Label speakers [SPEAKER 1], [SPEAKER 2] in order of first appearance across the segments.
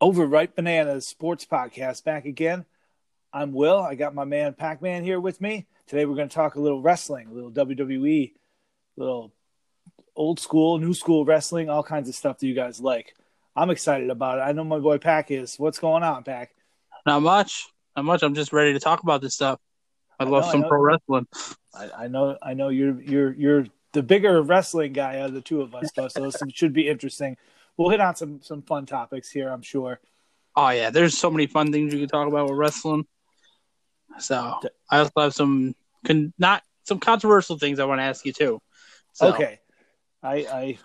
[SPEAKER 1] Overripe Bananas Sports Podcast back again. I'm Will. I got my man Pac Man here with me. Today we're going to talk a little wrestling, a little WWE, a little old school, new school wrestling, all kinds of stuff that you guys like. I'm excited about it. I know my boy Pac is. What's going on, Pac?
[SPEAKER 2] Not much. Not much. I'm just ready to talk about this stuff. I,
[SPEAKER 1] I
[SPEAKER 2] love
[SPEAKER 1] know, I
[SPEAKER 2] some
[SPEAKER 1] know.
[SPEAKER 2] pro wrestling.
[SPEAKER 1] I, I know, I know you're you're you're the bigger wrestling guy out of the two of us, though, so this should be interesting. We'll hit on some some fun topics here, I'm sure.
[SPEAKER 2] Oh yeah, there's so many fun things you can talk about with wrestling. So I also have some con- not some controversial things I want to ask you too. So,
[SPEAKER 1] Okay, I I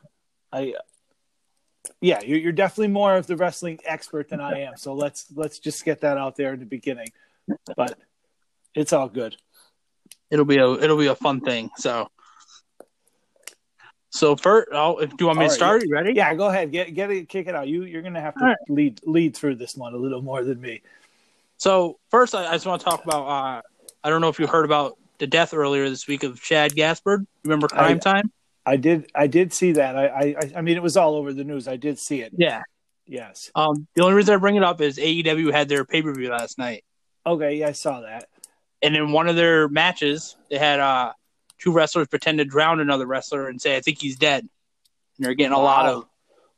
[SPEAKER 1] I yeah, you're you're definitely more of the wrestling expert than I am. So let's let's just get that out there in the beginning, but it's all good.
[SPEAKER 2] It'll be a it'll be a fun thing. So so first, oh, if, do you want me
[SPEAKER 1] All right,
[SPEAKER 2] to start? You ready?
[SPEAKER 1] Yeah, go ahead, get get it, kick it out. You you're gonna have to
[SPEAKER 2] All right.
[SPEAKER 1] lead lead through this one a little more than me.
[SPEAKER 2] So first, I, I just want to talk about. Uh, I don't know if you heard about the death earlier this week of Chad Gaspard. Remember Crime Time?
[SPEAKER 1] I did I did see that. I I I- I mean it was all over the news. I did see it.
[SPEAKER 2] Yeah.
[SPEAKER 1] Yes.
[SPEAKER 2] Um, the only reason I bring it up is AEW had their pay per view last night.
[SPEAKER 1] Okay, yeah, I saw that.
[SPEAKER 2] and in one of their matches, they had uh, two wrestlers pretend to drown another wrestler and say, "I think he's dead," and they're getting a lot
[SPEAKER 1] Wow.
[SPEAKER 2] of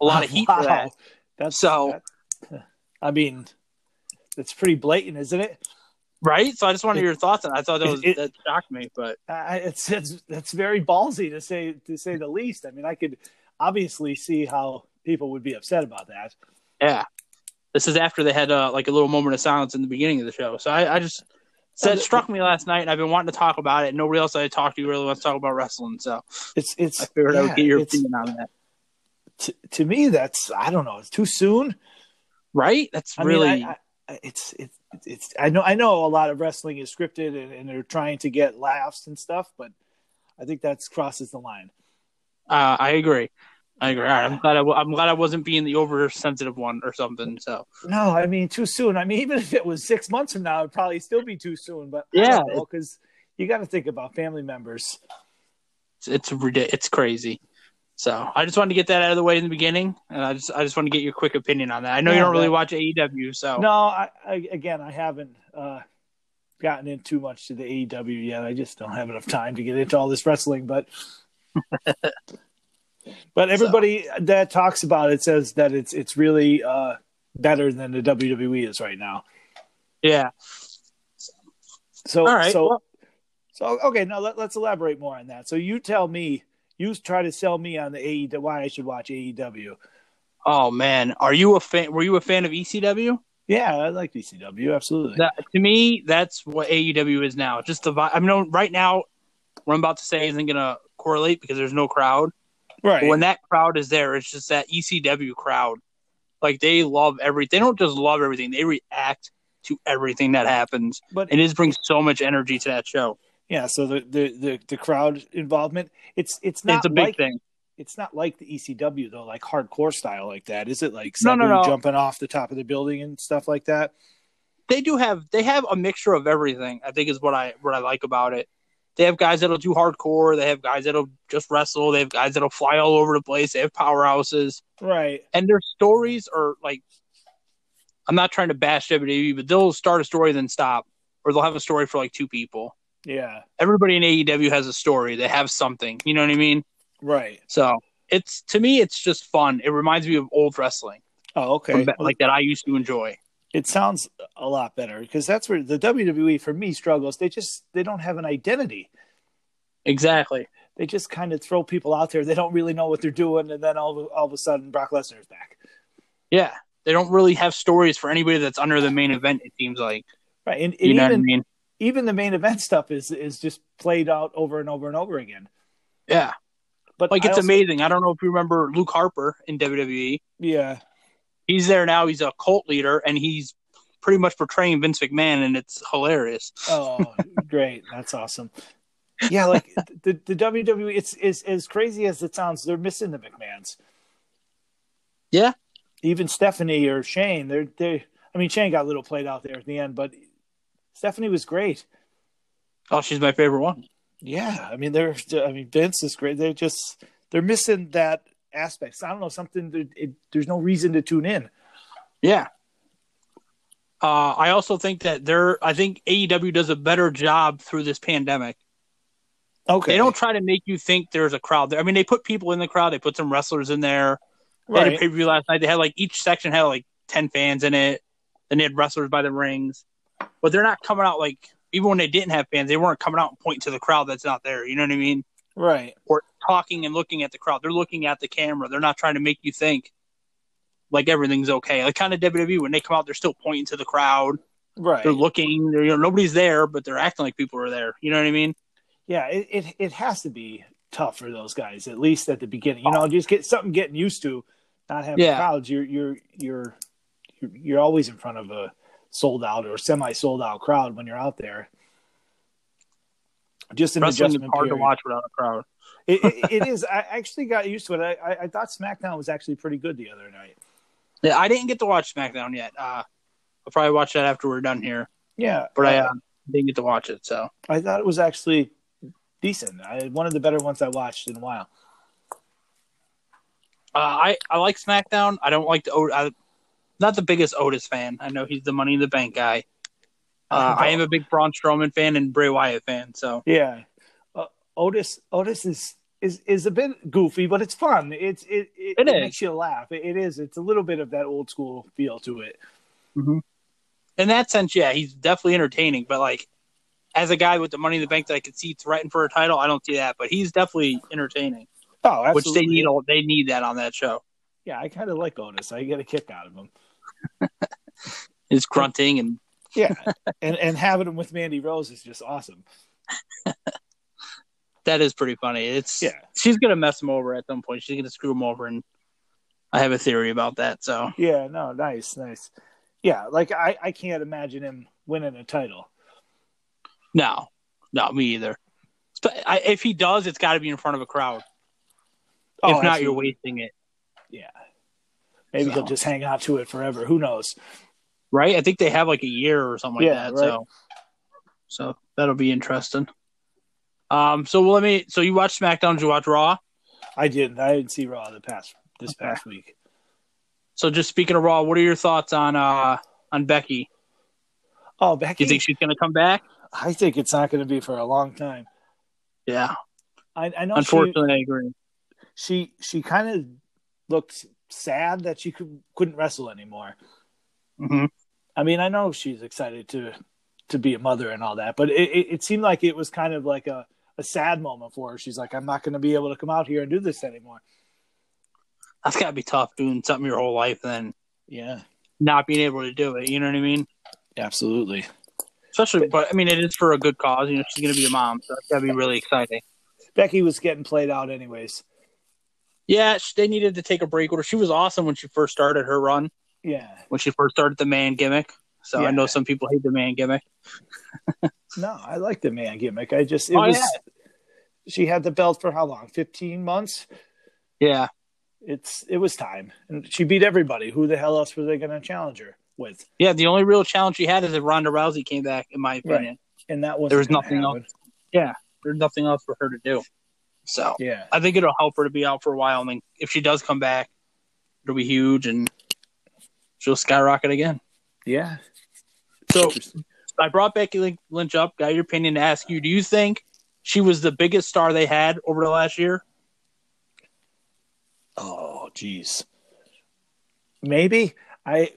[SPEAKER 2] a lot of heat for that.
[SPEAKER 1] That's
[SPEAKER 2] So-
[SPEAKER 1] that- I mean, it's pretty blatant, isn't it?
[SPEAKER 2] Right? So I just wanted
[SPEAKER 1] It-
[SPEAKER 2] your thoughts on. It. I thought that was
[SPEAKER 1] it-
[SPEAKER 2] that shocked me, but
[SPEAKER 1] Uh, it's it's that's very ballsy to say to say the least. I mean, I could obviously see how people would be upset about that.
[SPEAKER 2] yeah, this is after they had uh, like a little moment of silence in the beginning of the show. So I, I just so that struck me last night, and I've been wanting to talk about it. And nobody else I talked to really wants to talk about wrestling, so
[SPEAKER 1] It's it's
[SPEAKER 2] I figured
[SPEAKER 1] yeah,
[SPEAKER 2] I would get your
[SPEAKER 1] it's-
[SPEAKER 2] opinion on that.
[SPEAKER 1] to, to me that's I don't know. It's too soon.
[SPEAKER 2] Right? That's
[SPEAKER 1] I
[SPEAKER 2] really
[SPEAKER 1] mean, I, I, it's it's it's I know I know a lot of wrestling is scripted and, and they're trying to get laughs and stuff, but I think that's crosses the line.
[SPEAKER 2] Uh, I agree. I agree. All right, I'm glad I, am glad I wasn't being the oversensitive one or something. So
[SPEAKER 1] No, I mean too soon. I mean, even if it was six months from now, it'd probably still be too soon. But
[SPEAKER 2] Yeah.
[SPEAKER 1] because you got to think about family members.
[SPEAKER 2] it's it's, ridi- it's crazy. So I just wanted to get that out of the way in the beginning, and I just I just want to get your quick opinion on that. I know
[SPEAKER 1] Yeah,
[SPEAKER 2] you don't really
[SPEAKER 1] that-
[SPEAKER 2] watch AEW, so
[SPEAKER 1] No, I, I again, I haven't uh, gotten in too much to the AEW yet. I just don't have enough time to get into all this wrestling. But but everybody that talks about it says that it's it's really uh, better than the WWE is right now.
[SPEAKER 2] yeah,
[SPEAKER 1] So
[SPEAKER 2] All right,
[SPEAKER 1] so
[SPEAKER 2] well-
[SPEAKER 1] so okay, now let, let's elaborate more on that. So you tell me, you try to sell me on the AEW why I should watch E AEW.
[SPEAKER 2] Oh man, are you a fan? Were you a fan of ECW?
[SPEAKER 1] Yeah, I like DCW absolutely.
[SPEAKER 2] That, to me, that's what AEW is now. Just the vibe. I mean, right now, what I'm about to say isn't gonna correlate because there's no crowd.
[SPEAKER 1] right.
[SPEAKER 2] But when that crowd is there, it's just that ECW crowd. Like they love every. They don't just love everything. They react to everything that happens,
[SPEAKER 1] but
[SPEAKER 2] and it just brings so much energy to that show.
[SPEAKER 1] yeah, so the, the the the crowd involvement, it's it's not
[SPEAKER 2] it's a big
[SPEAKER 1] like,
[SPEAKER 2] thing.
[SPEAKER 1] It's not like the ECW though, like hardcore style like that, is it? Like
[SPEAKER 2] No, no,
[SPEAKER 1] Sabu
[SPEAKER 2] no.
[SPEAKER 1] jumping off the top of the building and stuff like that.
[SPEAKER 2] They do have. They have a mixture of everything. I think is what I what I like about it. They have guys that'll do hardcore. They have guys that'll just wrestle. They have guys that'll fly all over the place. They have powerhouses,
[SPEAKER 1] Right.
[SPEAKER 2] and their stories are like. I'm not trying to bash WWE, but they'll start a story then stop, or they'll have a story for like two people.
[SPEAKER 1] Yeah.
[SPEAKER 2] everybody in AEW has a story. They have something. You know what I mean?
[SPEAKER 1] Right.
[SPEAKER 2] So it's to me, it's just fun. It reminds me of old wrestling,
[SPEAKER 1] Oh, okay.
[SPEAKER 2] from ba- like that I used to enjoy.
[SPEAKER 1] it sounds a lot better because that's where the WWE for me struggles. They just they don't have an identity.
[SPEAKER 2] Exactly.
[SPEAKER 1] They just kind of throw people out there. They don't really know what they're doing, and then all of, all of a sudden Brock Lesnar's back.
[SPEAKER 2] Yeah, they don't really have stories for anybody that's under the main event. It seems like
[SPEAKER 1] Right, and, and
[SPEAKER 2] you know
[SPEAKER 1] even
[SPEAKER 2] what I mean?
[SPEAKER 1] even the main event stuff is is just played out over and over and over again.
[SPEAKER 2] Yeah,
[SPEAKER 1] But
[SPEAKER 2] like
[SPEAKER 1] I
[SPEAKER 2] it's
[SPEAKER 1] also-
[SPEAKER 2] amazing. I don't know if you remember Luke Harper in WWE.
[SPEAKER 1] Yeah,
[SPEAKER 2] He's there now. He's a cult leader, and he's pretty much portraying Vince McMahon, and it's hilarious.
[SPEAKER 1] Oh, great. That's awesome. Yeah, like the, the WWE, it's is as crazy as it sounds, they're missing the McMahons.
[SPEAKER 2] Yeah.
[SPEAKER 1] Even Stephanie or Shane, they're they I mean Shane got a little played out there at the end, but Stephanie was great.
[SPEAKER 2] Oh, she's my favorite one.
[SPEAKER 1] Yeah. I mean they're I mean Vince is great. They're just they're missing that aspect. So I don't know, something that it, there's no reason to tune in.
[SPEAKER 2] Yeah. Uh, I also think that they're. I think AEW does a better job through this pandemic.
[SPEAKER 1] Okay.
[SPEAKER 2] They don't try to make you think there's a crowd there. I mean, they put people in the crowd. They put some wrestlers in there. They had a
[SPEAKER 1] right.
[SPEAKER 2] pay per view last night. They had like each section had like ten fans in it. Then they had wrestlers by the rings, but they're not coming out like even when they didn't have fans, they weren't coming out and pointing to the crowd that's not there. You know what I mean?
[SPEAKER 1] right.
[SPEAKER 2] Or talking and looking at the crowd. They're looking at the camera. They're not trying to make you think like everything's okay. Like kind of WWE E, when they come out, they're still pointing to the crowd.
[SPEAKER 1] Right.
[SPEAKER 2] They're looking. They're, you know, nobody's there, but they're acting like people are there. You know what I mean?
[SPEAKER 1] Yeah, it, it it has to be tough for those guys, at least at the beginning. You know, just get something getting used to not having
[SPEAKER 2] Yeah.
[SPEAKER 1] crowds. You're you're you're you're you're always in front of a sold out or semi sold out crowd when you're out there. Just an
[SPEAKER 2] Wrestling is
[SPEAKER 1] adjustment
[SPEAKER 2] hard to
[SPEAKER 1] period.
[SPEAKER 2] watch without a crowd.
[SPEAKER 1] It, it, it is. I actually got used to it. I, I, I thought SmackDown was actually pretty good the other night.
[SPEAKER 2] Yeah, I didn't get to watch SmackDown yet. Uh, I'll probably watch that after we're done here.
[SPEAKER 1] Yeah,
[SPEAKER 2] But I
[SPEAKER 1] uh,
[SPEAKER 2] uh, didn't get to watch it. So
[SPEAKER 1] I thought it was actually decent. I, one of the better ones I watched in a while.
[SPEAKER 2] uh, I I like SmackDown. I don't like the Ot- I, not the biggest Otis fan. I know he's the Money in the Bank guy. Uh, I am a big Braun Strowman fan and Bray Wyatt fan. So
[SPEAKER 1] Yeah, uh, Otis. Otis is is is a bit goofy, but it's fun. It's it it,
[SPEAKER 2] It
[SPEAKER 1] it
[SPEAKER 2] is.
[SPEAKER 1] makes you laugh. It, it is. It's a little bit of that old school feel to it.
[SPEAKER 2] in that sense, yeah, he's definitely entertaining. But like as a guy with the Money in the Bank that I could see threatened for a title, I don't see that. But he's definitely entertaining,
[SPEAKER 1] Oh, absolutely.
[SPEAKER 2] which they need. A, they need that on that show.
[SPEAKER 1] Yeah, I kind of like Otis. I get a kick out of him.
[SPEAKER 2] His grunting and
[SPEAKER 1] Yeah, and and having him with Mandy Rose is just awesome.
[SPEAKER 2] that is pretty funny. It's
[SPEAKER 1] Yeah.
[SPEAKER 2] she's gonna mess him over at some point. She's gonna screw him over, and I have a theory about that. So
[SPEAKER 1] Yeah, no, nice, nice. Yeah, like I I can't imagine him winning a title.
[SPEAKER 2] no, not me either. But I, if he does, it's got to be in front of a crowd.
[SPEAKER 1] Oh,
[SPEAKER 2] if not, you're
[SPEAKER 1] absolutely.
[SPEAKER 2] wasting it,
[SPEAKER 1] Yeah, maybe he'll
[SPEAKER 2] So.
[SPEAKER 1] just hang on to it forever. Who knows?
[SPEAKER 2] right? I think they have like a year or something like
[SPEAKER 1] Yeah,
[SPEAKER 2] that.
[SPEAKER 1] right.
[SPEAKER 2] So, so that'll be interesting. Um. So let me. So you watch SmackDown? Did you watch Raw?
[SPEAKER 1] I didn't. I didn't see Raw the past this past week.
[SPEAKER 2] So just speaking of Raw, what are your thoughts on uh on Becky?
[SPEAKER 1] Oh, Becky,
[SPEAKER 2] You think she's gonna come back?
[SPEAKER 1] I think it's not going to be for a long time.
[SPEAKER 2] Yeah.
[SPEAKER 1] I, I
[SPEAKER 2] Oh,
[SPEAKER 1] know she
[SPEAKER 2] Unfortunately, I agree.
[SPEAKER 1] she, she kind of looked sad that she could, couldn't wrestle anymore.
[SPEAKER 2] hmm
[SPEAKER 1] I mean, I know she's excited to to be a mother and all that, but it, it, it seemed like it was kind of like a, a sad moment for her. She's like, I'm not going to be able to come out here and do this anymore.
[SPEAKER 2] that's got to be tough doing something your whole life and then
[SPEAKER 1] Yeah,
[SPEAKER 2] not being able to do it. You know what I mean?
[SPEAKER 1] absolutely.
[SPEAKER 2] Especially, but I mean, it is for a good cause. You know, she's going to be a mom, so that's got to be really exciting.
[SPEAKER 1] Becky was getting played out anyways.
[SPEAKER 2] Yeah, sh they needed to take a break. Or she was awesome when she first started her run,
[SPEAKER 1] Yeah,
[SPEAKER 2] when she first started the man gimmick. So I
[SPEAKER 1] Yeah.
[SPEAKER 2] know some people hate the man gimmick.
[SPEAKER 1] no, I like the man gimmick. I just it
[SPEAKER 2] Oh,
[SPEAKER 1] was.
[SPEAKER 2] yeah.
[SPEAKER 1] She had the belt for how long? Fifteen months.
[SPEAKER 2] Yeah,
[SPEAKER 1] it's it was time, and she beat everybody. Who the hell else were they going to challenge her with?
[SPEAKER 2] yeah. The only real challenge she had is if Ronda Rousey came back. In my opinion,
[SPEAKER 1] And that was
[SPEAKER 2] There was nothing there's nothing else for her to do. So
[SPEAKER 1] Yeah,
[SPEAKER 2] I think it'll help her to be out for a while. And then if she does come back, it'll be huge and she'll skyrocket again.
[SPEAKER 1] yeah.
[SPEAKER 2] So I brought Becky Lin- Lynch up, got your opinion to ask you. Do you think she was the biggest star they had over the last year?
[SPEAKER 1] Oh, jeez. Maybe I.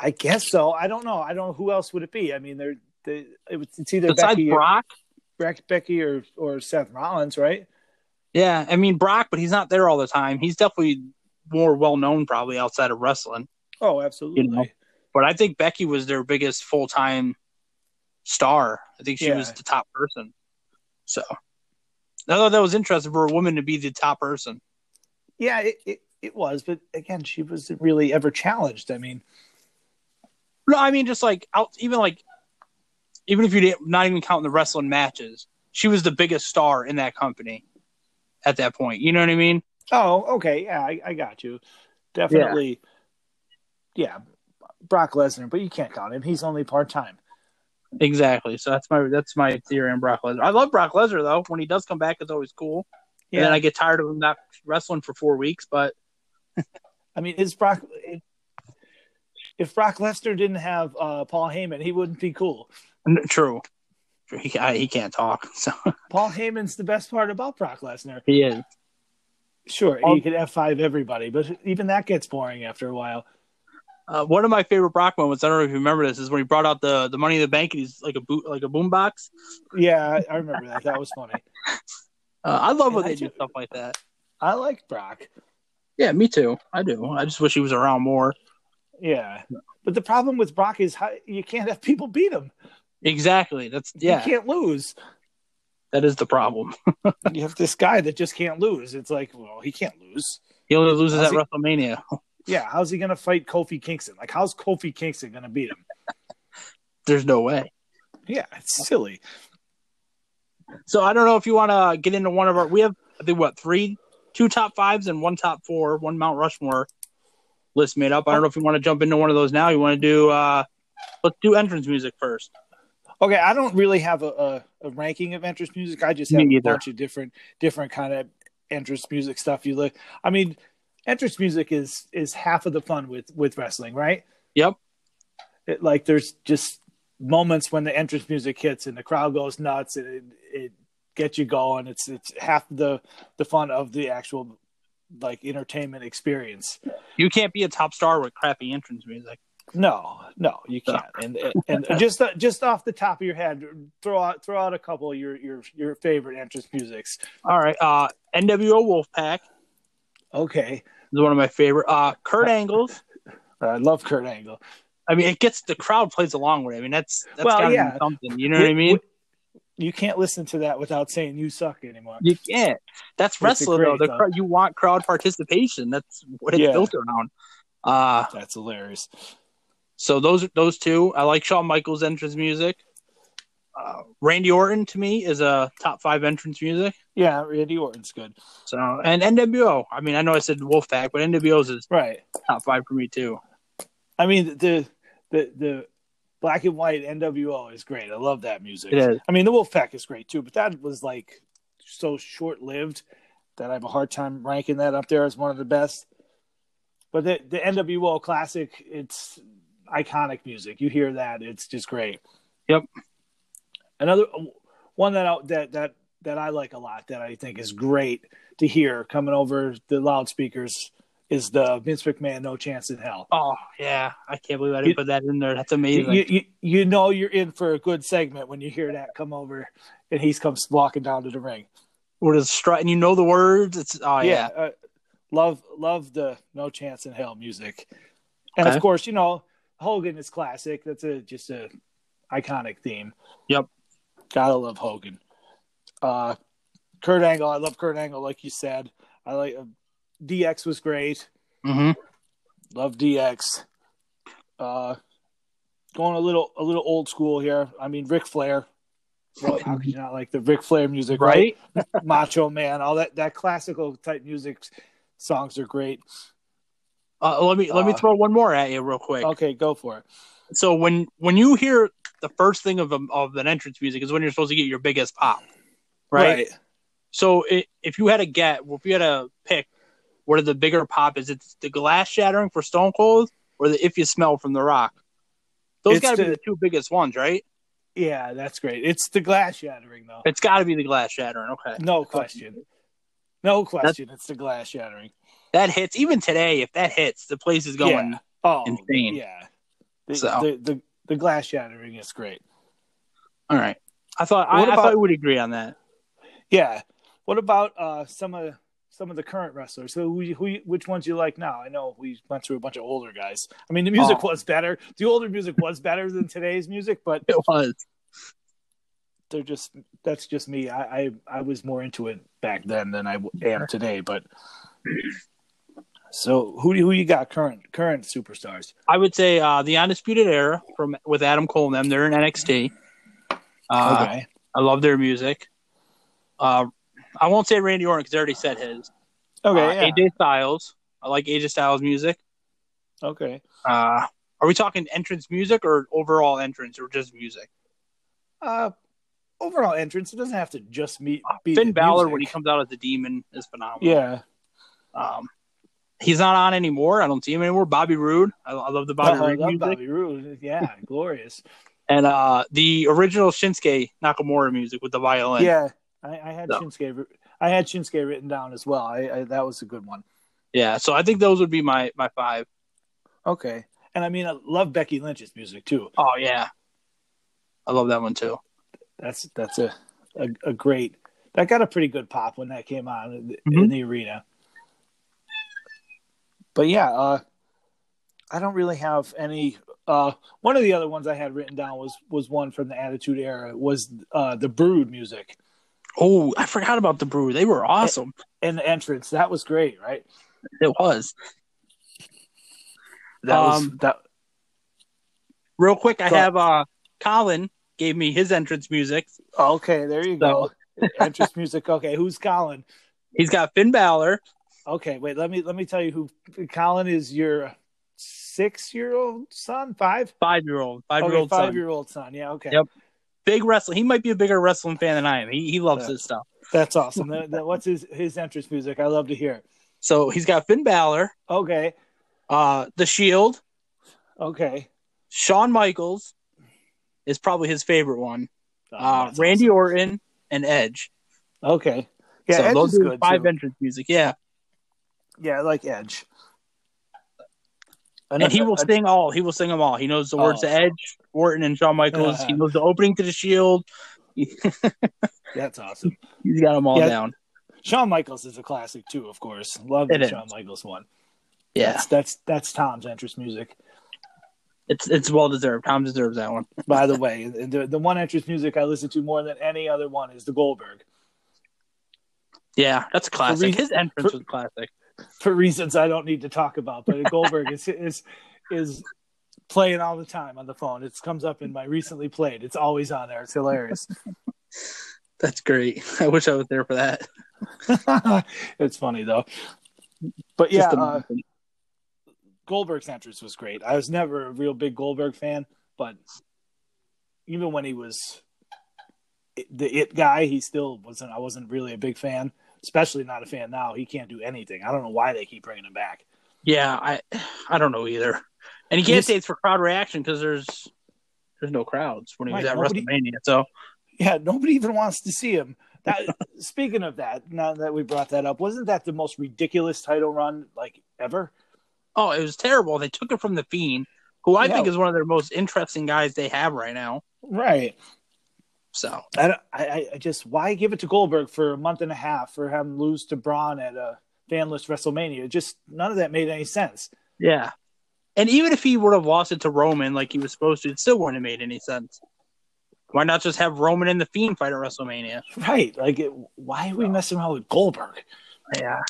[SPEAKER 1] I guess so. I don't know. I don't know who else would it be. I mean, they're they, it was, it's either
[SPEAKER 2] Besides
[SPEAKER 1] Becky,
[SPEAKER 2] Brock?
[SPEAKER 1] or, Becky or or Seth Rollins, right?
[SPEAKER 2] Yeah, I mean Brock, but he's not there all the time. He's definitely more well known probably outside of wrestling.
[SPEAKER 1] Oh, absolutely.
[SPEAKER 2] But I think Becky was their biggest full time star. I think she
[SPEAKER 1] Yeah.
[SPEAKER 2] was the top person. So I thought that was interesting for a woman to be the top person.
[SPEAKER 1] Yeah, it, it it was, but again, she wasn't really ever challenged. I mean,
[SPEAKER 2] No, I mean just like out, even like even if you didn't not even counting the wrestling matches, she was the biggest star in that company at that point. You know what I mean?
[SPEAKER 1] Oh, okay. Yeah, I, I got you. Definitely. Yeah. Brock Lesnar, but you can't count him. He's only part time.
[SPEAKER 2] Exactly. So that's my that's my theory on Brock Lesnar. I love Brock Lesnar though. When he does come back, it's always cool. And then I get tired of him not wrestling for four weeks, but
[SPEAKER 1] I mean, is Brock if Brock Lesnar didn't have uh, Paul Heyman, he wouldn't be cool.
[SPEAKER 2] N- True. True. He, I, he can't talk. So
[SPEAKER 1] Paul Heyman's the best part about Brock Lesnar.
[SPEAKER 2] he is.
[SPEAKER 1] Sure,
[SPEAKER 2] Um,
[SPEAKER 1] he could F5 everybody, but even that gets boring after a while.
[SPEAKER 2] Uh, one of my favorite Brock moments. I don't know if you remember this. Is when he brought out the the money in the bank and he's like a boot like a boombox.
[SPEAKER 1] Yeah, I, I remember that. That was funny.
[SPEAKER 2] Uh, I love when
[SPEAKER 1] Yeah, I
[SPEAKER 2] they do
[SPEAKER 1] do.
[SPEAKER 2] stuff like that.
[SPEAKER 1] I like Brock.
[SPEAKER 2] Yeah, me too. I do. I just wish he was around more.
[SPEAKER 1] Yeah. But the problem with Brock is how, you can't have people beat him.
[SPEAKER 2] Exactly. That's yeah.
[SPEAKER 1] You can't lose.
[SPEAKER 2] That is the problem.
[SPEAKER 1] You have this guy that just can't lose. It's like, well, he can't lose.
[SPEAKER 2] He only loses
[SPEAKER 1] How's
[SPEAKER 2] at
[SPEAKER 1] he-
[SPEAKER 2] WrestleMania.
[SPEAKER 1] Yeah, how's he going to fight Kofi Kingston? Like, how's Kofi Kingston going to beat him?
[SPEAKER 2] There's no way.
[SPEAKER 1] Yeah, it's silly.
[SPEAKER 2] So I don't know if you want to get into one of our. We have I think what three, two top fives and one top four, one Mount Rushmore list made up. I don't know if you want to jump into one of those now. You want to do? uh Let's do entrance music first.
[SPEAKER 1] Okay, I don't really have a, a, a ranking of entrance music. I just
[SPEAKER 2] Me
[SPEAKER 1] have a
[SPEAKER 2] neither.
[SPEAKER 1] bunch of different different kind of entrance music stuff. You look, I mean, entrance music is is half of the fun with with wrestling, right?
[SPEAKER 2] Yep.
[SPEAKER 1] It, like there's just moments when the entrance music hits and the crowd goes nuts and it, it gets you going. It's it's half the the fun of the actual like entertainment experience.
[SPEAKER 2] You can't be a top star with crappy entrance music.
[SPEAKER 1] No, no, you
[SPEAKER 2] No.
[SPEAKER 1] can't. And and and just uh, just off the top of your head, throw out throw out a couple of your your your favorite entrance musics.
[SPEAKER 2] All right. Uh NWO Wolfpack
[SPEAKER 1] Okay,
[SPEAKER 2] is one of my favorite. Uh Kurt Angles.
[SPEAKER 1] I love Kurt Angle.
[SPEAKER 2] I mean, it gets the crowd plays along with it. I mean, that's that's
[SPEAKER 1] Well,
[SPEAKER 2] gotta
[SPEAKER 1] yeah.
[SPEAKER 2] be something. You know what I mean?
[SPEAKER 1] You can't listen to that without saying "you suck" anymore.
[SPEAKER 2] You can't. That's
[SPEAKER 1] It's a
[SPEAKER 2] wrestling though.
[SPEAKER 1] great
[SPEAKER 2] The
[SPEAKER 1] song.
[SPEAKER 2] crowd, you want crowd participation. That's what it's
[SPEAKER 1] Yeah.
[SPEAKER 2] built around. Uh
[SPEAKER 1] That's hilarious.
[SPEAKER 2] so those those two. I like Shawn Michaels entrance music. Uh, Randy Orton to me is a top five entrance music.
[SPEAKER 1] Yeah, Randy Orton's good.
[SPEAKER 2] So and NWO. I mean, I know I said Wolfpack, but NWO's is
[SPEAKER 1] Right.
[SPEAKER 2] top five for me too.
[SPEAKER 1] I mean the the the black and white NWO is great. I love that music.
[SPEAKER 2] It is.
[SPEAKER 1] I mean the Wolfpack is great too, but that was like so short lived that I have a hard time ranking that up there as one of the best. But the the NWO classic, it's iconic music. You hear that, it's just great.
[SPEAKER 2] Yep.
[SPEAKER 1] Another one that I, that that that I like a lot that I think is great to hear coming over the loudspeakers is the Vince McMahon "No Chance in Hell."
[SPEAKER 2] Oh yeah, I can't believe I didn't
[SPEAKER 1] You-
[SPEAKER 2] put that in there. That's
[SPEAKER 1] you,
[SPEAKER 2] amazing.
[SPEAKER 1] you, you- you know you're in for a good segment when you hear that come over and he's comes walking down to the ring.
[SPEAKER 2] What is strut? And you know the words. It's oh yeah,
[SPEAKER 1] uh, love love the no chance in hell music, and
[SPEAKER 2] Okay.
[SPEAKER 1] of course you know Hogan is classic. That's a just a iconic theme.
[SPEAKER 2] Yep.
[SPEAKER 1] gotta love Hogan. Uh, Kurt Angle, I love Kurt Angle. Like you said, I like uh, DX was great.
[SPEAKER 2] hmm
[SPEAKER 1] Love DX. Uh, going a little a little old school here. I mean, Ric Flair. Well, how could you not like the Ric Flair music, right?
[SPEAKER 2] right?
[SPEAKER 1] Macho Man, all that that classical type music s- songs are great.
[SPEAKER 2] Uh, let me let me
[SPEAKER 1] Uh,
[SPEAKER 2] throw one more at you real quick.
[SPEAKER 1] Okay, go for it.
[SPEAKER 2] So when when you hear the first thing of a, of an entrance music is when you're supposed to get your biggest pop, right? So i if you had to get, if you had to pick, what are the bigger pop? Is it the glass shattering for Stone Cold or the If You Smell from The Rock? Those
[SPEAKER 1] It's
[SPEAKER 2] got to be
[SPEAKER 1] the-
[SPEAKER 2] the two biggest ones, right?
[SPEAKER 1] Yeah, that's great. It's the glass shattering though.
[SPEAKER 2] It's got to be the glass shattering. Okay.
[SPEAKER 1] No question. No question. It's the glass shattering.
[SPEAKER 2] that hits even today if that hits the place is going
[SPEAKER 1] Yeah. Oh,
[SPEAKER 2] insane.
[SPEAKER 1] Yeah. The,
[SPEAKER 2] So.
[SPEAKER 1] the, the the glass shattering is great.
[SPEAKER 2] all right i thought I,
[SPEAKER 1] What
[SPEAKER 2] I
[SPEAKER 1] about-
[SPEAKER 2] thought we would agree on that
[SPEAKER 1] Yeah. What about uh, some of some of the current wrestlers? So, who, you- who, you- which ones you like now? I know we went through a bunch of older guys. I mean, the music
[SPEAKER 2] Oh.
[SPEAKER 1] was better. The older music was better than today's music, but
[SPEAKER 2] it was
[SPEAKER 1] they're just that's just me. I I, I was more into it back then than I w- am today. But so who do who you got current current superstars?
[SPEAKER 2] i would say uh the undisputed era from with adam cole and them they're in nxt uh,
[SPEAKER 1] okay,
[SPEAKER 2] i love their music uh i won't say randy orton because i already said his
[SPEAKER 1] okay,
[SPEAKER 2] Uh,
[SPEAKER 1] yeah.
[SPEAKER 2] aj styles i like aj styles music
[SPEAKER 1] okay.
[SPEAKER 2] uh are we talking entrance music or overall entrance or just music
[SPEAKER 1] Uh, overall entrance. It doesn't have to just meet. Be
[SPEAKER 2] Uh, finn
[SPEAKER 1] the
[SPEAKER 2] Balor when he
[SPEAKER 1] music.
[SPEAKER 2] comes out as the demon is phenomenal
[SPEAKER 1] Yeah,
[SPEAKER 2] um He's not on anymore. I don't see him anymore. Bobby Roode. I, I love the Bobby
[SPEAKER 1] Oh, I
[SPEAKER 2] Roode
[SPEAKER 1] love
[SPEAKER 2] music.
[SPEAKER 1] Bobby Roode. Yeah, glorious.
[SPEAKER 2] And uh, the original Shinsuke Nakamura music with the violin.
[SPEAKER 1] Yeah, I, I had
[SPEAKER 2] So.
[SPEAKER 1] Shinsuke. wr- I had Shinsuke written down as well. I, I that was a good one.
[SPEAKER 2] Yeah, So I think those would be my my five.
[SPEAKER 1] Okay, and I mean, I love Becky Lynch's music too.
[SPEAKER 2] Oh yeah, I love that one too.
[SPEAKER 1] That's that's a a, a great. That got a pretty good pop when that came on in the- in
[SPEAKER 2] Mhm.
[SPEAKER 1] the arena. But yeah, uh, I don't really have any. Uh, one of the other ones I had written down was was one from the Attitude Era was uh, the Brood music
[SPEAKER 2] Oh, I forgot about the Brew. They were awesome.
[SPEAKER 1] and the entrance. That was great, right?
[SPEAKER 2] It, was
[SPEAKER 1] That was
[SPEAKER 2] Um,
[SPEAKER 1] that.
[SPEAKER 2] real quick. I
[SPEAKER 1] Go-
[SPEAKER 2] have uh, Colin gave me his entrance music.
[SPEAKER 1] Okay, there you go. entrance music. Okay, who's Colin?
[SPEAKER 2] He's got Finn Balor.
[SPEAKER 1] Okay, wait. Let me let me tell you who Colin is. Your six year old son, five.
[SPEAKER 2] five year old, five year
[SPEAKER 1] okay,
[SPEAKER 2] old son.
[SPEAKER 1] five year old son. Yeah. Okay.
[SPEAKER 2] Yep. Big wrestling. He might be a bigger wrestling fan than I am. He he loves
[SPEAKER 1] Yeah.
[SPEAKER 2] this stuff.
[SPEAKER 1] That's awesome. that, that, what's his his entrance music? I love to hear. it.
[SPEAKER 2] So he's got Finn Balor,
[SPEAKER 1] Okay.
[SPEAKER 2] uh, The Shield,
[SPEAKER 1] Okay.
[SPEAKER 2] Shawn Michaels is probably his favorite one.
[SPEAKER 1] Oh,
[SPEAKER 2] Uh,
[SPEAKER 1] that's
[SPEAKER 2] Randy Orton and Edge.
[SPEAKER 1] awesome. Okay. Yeah,
[SPEAKER 2] so
[SPEAKER 1] Edge
[SPEAKER 2] those
[SPEAKER 1] is
[SPEAKER 2] are
[SPEAKER 1] good
[SPEAKER 2] his five
[SPEAKER 1] too.
[SPEAKER 2] entrance music. Yeah,
[SPEAKER 1] yeah, I like Edge.
[SPEAKER 2] and he will
[SPEAKER 1] Another-
[SPEAKER 2] sing all. He will sing them all. He knows the words
[SPEAKER 1] Oh. Uh.
[SPEAKER 2] to Edge, Orton, and Shawn Michaels. He knows the opening to The Shield.
[SPEAKER 1] That's awesome.
[SPEAKER 2] He's got them all
[SPEAKER 1] Yeah.
[SPEAKER 2] down.
[SPEAKER 1] Shawn Michaels is a classic too, of course. Love
[SPEAKER 2] It
[SPEAKER 1] the
[SPEAKER 2] is.
[SPEAKER 1] Shawn Michaels one.
[SPEAKER 2] Yeah,
[SPEAKER 1] That's, that's that's Tom's entrance music.
[SPEAKER 2] it's it's well deserved. Tom deserves that one.
[SPEAKER 1] By the way, the the one entrance music I listen to more than any other one is the Goldberg
[SPEAKER 2] Yeah, that's a classic.
[SPEAKER 1] reason-
[SPEAKER 2] His entrance
[SPEAKER 1] for-
[SPEAKER 2] was classic.
[SPEAKER 1] for reasons I don't need to talk about. But Goldberg is is is playing all the time on the phone. It comes up in my recently played. It's always on there. It's hilarious.
[SPEAKER 2] That's great. I wish I was there for that.
[SPEAKER 1] it's funny though. But yeah,
[SPEAKER 2] Just
[SPEAKER 1] uh,
[SPEAKER 2] imagine.
[SPEAKER 1] Goldberg's entrance was great. I was never a real big Goldberg fan, but even when he was it- the it guy, he still wasn't. I wasn't really a big fan, especially not a fan now. He can't do anything. I don't know why they keep bringing him back.
[SPEAKER 2] Yeah, I I don't know either. And you can't
[SPEAKER 1] Yes.
[SPEAKER 2] say it's for crowd reaction because there's there's no crowds when he was
[SPEAKER 1] Right,
[SPEAKER 2] at
[SPEAKER 1] nobody-
[SPEAKER 2] WrestleMania. So
[SPEAKER 1] Yeah, nobody even wants to see him. That, speaking of that, now that we brought that up, wasn't that the most ridiculous title run like ever?
[SPEAKER 2] oh, it was terrible. They took it from the Fiend, who I
[SPEAKER 1] Yeah.
[SPEAKER 2] think is one of their most interesting guys they have right now.
[SPEAKER 1] Right.
[SPEAKER 2] So
[SPEAKER 1] I, don't- I, I- I just why give it to Goldberg for a month and a half for him lose to Braun at a fanless WrestleMania? Just none of that made any sense.
[SPEAKER 2] yeah, and even if he would have lost it to Roman like he was supposed to, it still wouldn't have made any sense. Why not just have Roman and the Fiend fight at WrestleMania?
[SPEAKER 1] Right? Like, it, why are we messing around with Goldberg?
[SPEAKER 2] Yeah,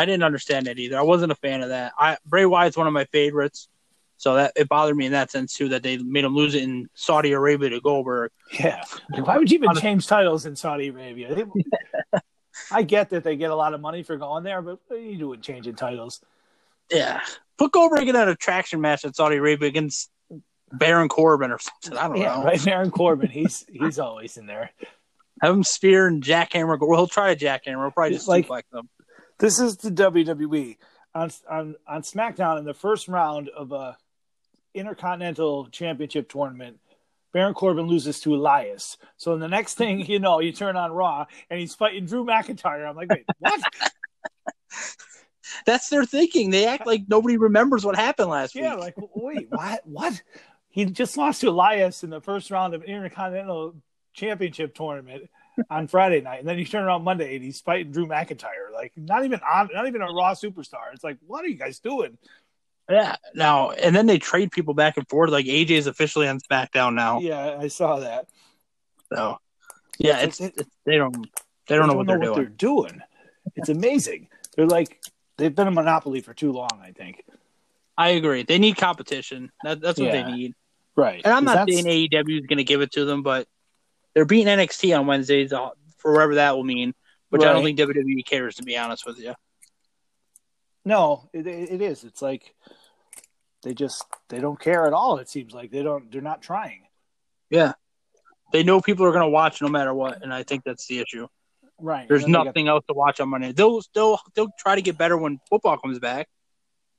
[SPEAKER 2] I didn't understand that either. I wasn't a fan of that. I Bray Wyatt's one of my favorites, so that it bothered me in that sense too that they made him lose it in Saudi Arabia to Goldberg.
[SPEAKER 1] Yeah. Like, why would you even
[SPEAKER 2] Honest-
[SPEAKER 1] change titles in Saudi Arabia? They- I get that they get a lot of money for going there, but what are you doing changing titles?
[SPEAKER 2] Yeah, put Goldberg in an attraction match at Saudi Arabia against Baron Corbin or something. I don't
[SPEAKER 1] Yeah,
[SPEAKER 2] know.
[SPEAKER 1] right. Baron Corbin, he's he's always in there.
[SPEAKER 2] Have him spear and jackhammer. Go- Well, he'll try a jackhammer. He'll probably
[SPEAKER 1] It's
[SPEAKER 2] just
[SPEAKER 1] like-
[SPEAKER 2] like them.
[SPEAKER 1] This is the WWE on on on SmackDown in the first round of a Intercontinental Championship tournament. Baron Corbin loses to Elias. So the next thing you know, you turn on Raw and he's fighting Drew McIntyre. I'm like, wait, what?
[SPEAKER 2] That's their thinking. They act like nobody remembers what happened last
[SPEAKER 1] yeah,
[SPEAKER 2] week.
[SPEAKER 1] like wait, what? What? He just lost to Elias in the first round of Intercontinental Championship tournament on Friday night, and then you turn around Monday and he's fighting Drew McIntyre. Like not even on, not even a Raw superstar. It's like, what are you guys doing?
[SPEAKER 2] Yeah. Now and then they trade people back and forth. Like AJ is officially on SmackDown now.
[SPEAKER 1] Yeah, I saw that.
[SPEAKER 2] So yeah,
[SPEAKER 1] It's
[SPEAKER 2] it's,
[SPEAKER 1] like-
[SPEAKER 2] it's- they don't they don't know what they're doing.
[SPEAKER 1] doing. It's amazing. They're like they've been a monopoly for too long. I think.
[SPEAKER 2] I agree. They need competition. That, that's what
[SPEAKER 1] Yeah.
[SPEAKER 2] they need.
[SPEAKER 1] Right.
[SPEAKER 2] And I'm not
[SPEAKER 1] That's-
[SPEAKER 2] saying AEW is going to give it to them, but they're beating NXT on Wednesdays uh, for whatever that will mean. Which I don't
[SPEAKER 1] Right.
[SPEAKER 2] think WWE cares, to be honest with you.
[SPEAKER 1] No, it, it it is. It's like they just they don't care at all. It seems like they don't. They're not trying.
[SPEAKER 2] They know people are going to watch no matter what, and I think that's the issue.
[SPEAKER 1] Right.
[SPEAKER 2] There's
[SPEAKER 1] And then they
[SPEAKER 2] nothing else to watch on Monday. They'll they'll they'll try to get better when football comes back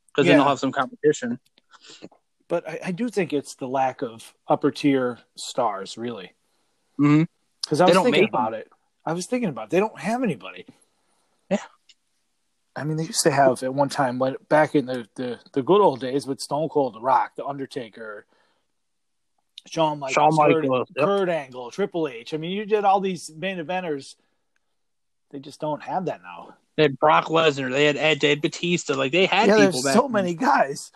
[SPEAKER 2] because then
[SPEAKER 1] Yeah.
[SPEAKER 2] they'll have some competition.
[SPEAKER 1] got- but I, I do think it's the lack of upper tier stars, really.
[SPEAKER 2] hmm
[SPEAKER 1] Because I
[SPEAKER 2] They
[SPEAKER 1] was
[SPEAKER 2] don't
[SPEAKER 1] thinking
[SPEAKER 2] make 'em.
[SPEAKER 1] about it. I was thinking about it. They don't have anybody.
[SPEAKER 2] Yeah.
[SPEAKER 1] I mean, they used to have at one time, when back in the, the, the good old days with Stone Cold, The Rock, The Undertaker, Shawn Michaels,
[SPEAKER 2] Shawn
[SPEAKER 1] Kurt-
[SPEAKER 2] Michaels. yep.
[SPEAKER 1] Kurt Angle, Triple H. I mean, you did all these main eventers. They just don't have that now.
[SPEAKER 2] They had Brock Lesnar. They had Edge. They had Batista. Like they had
[SPEAKER 1] yeah,
[SPEAKER 2] people
[SPEAKER 1] there's
[SPEAKER 2] back.
[SPEAKER 1] so
[SPEAKER 2] then.
[SPEAKER 1] many guys.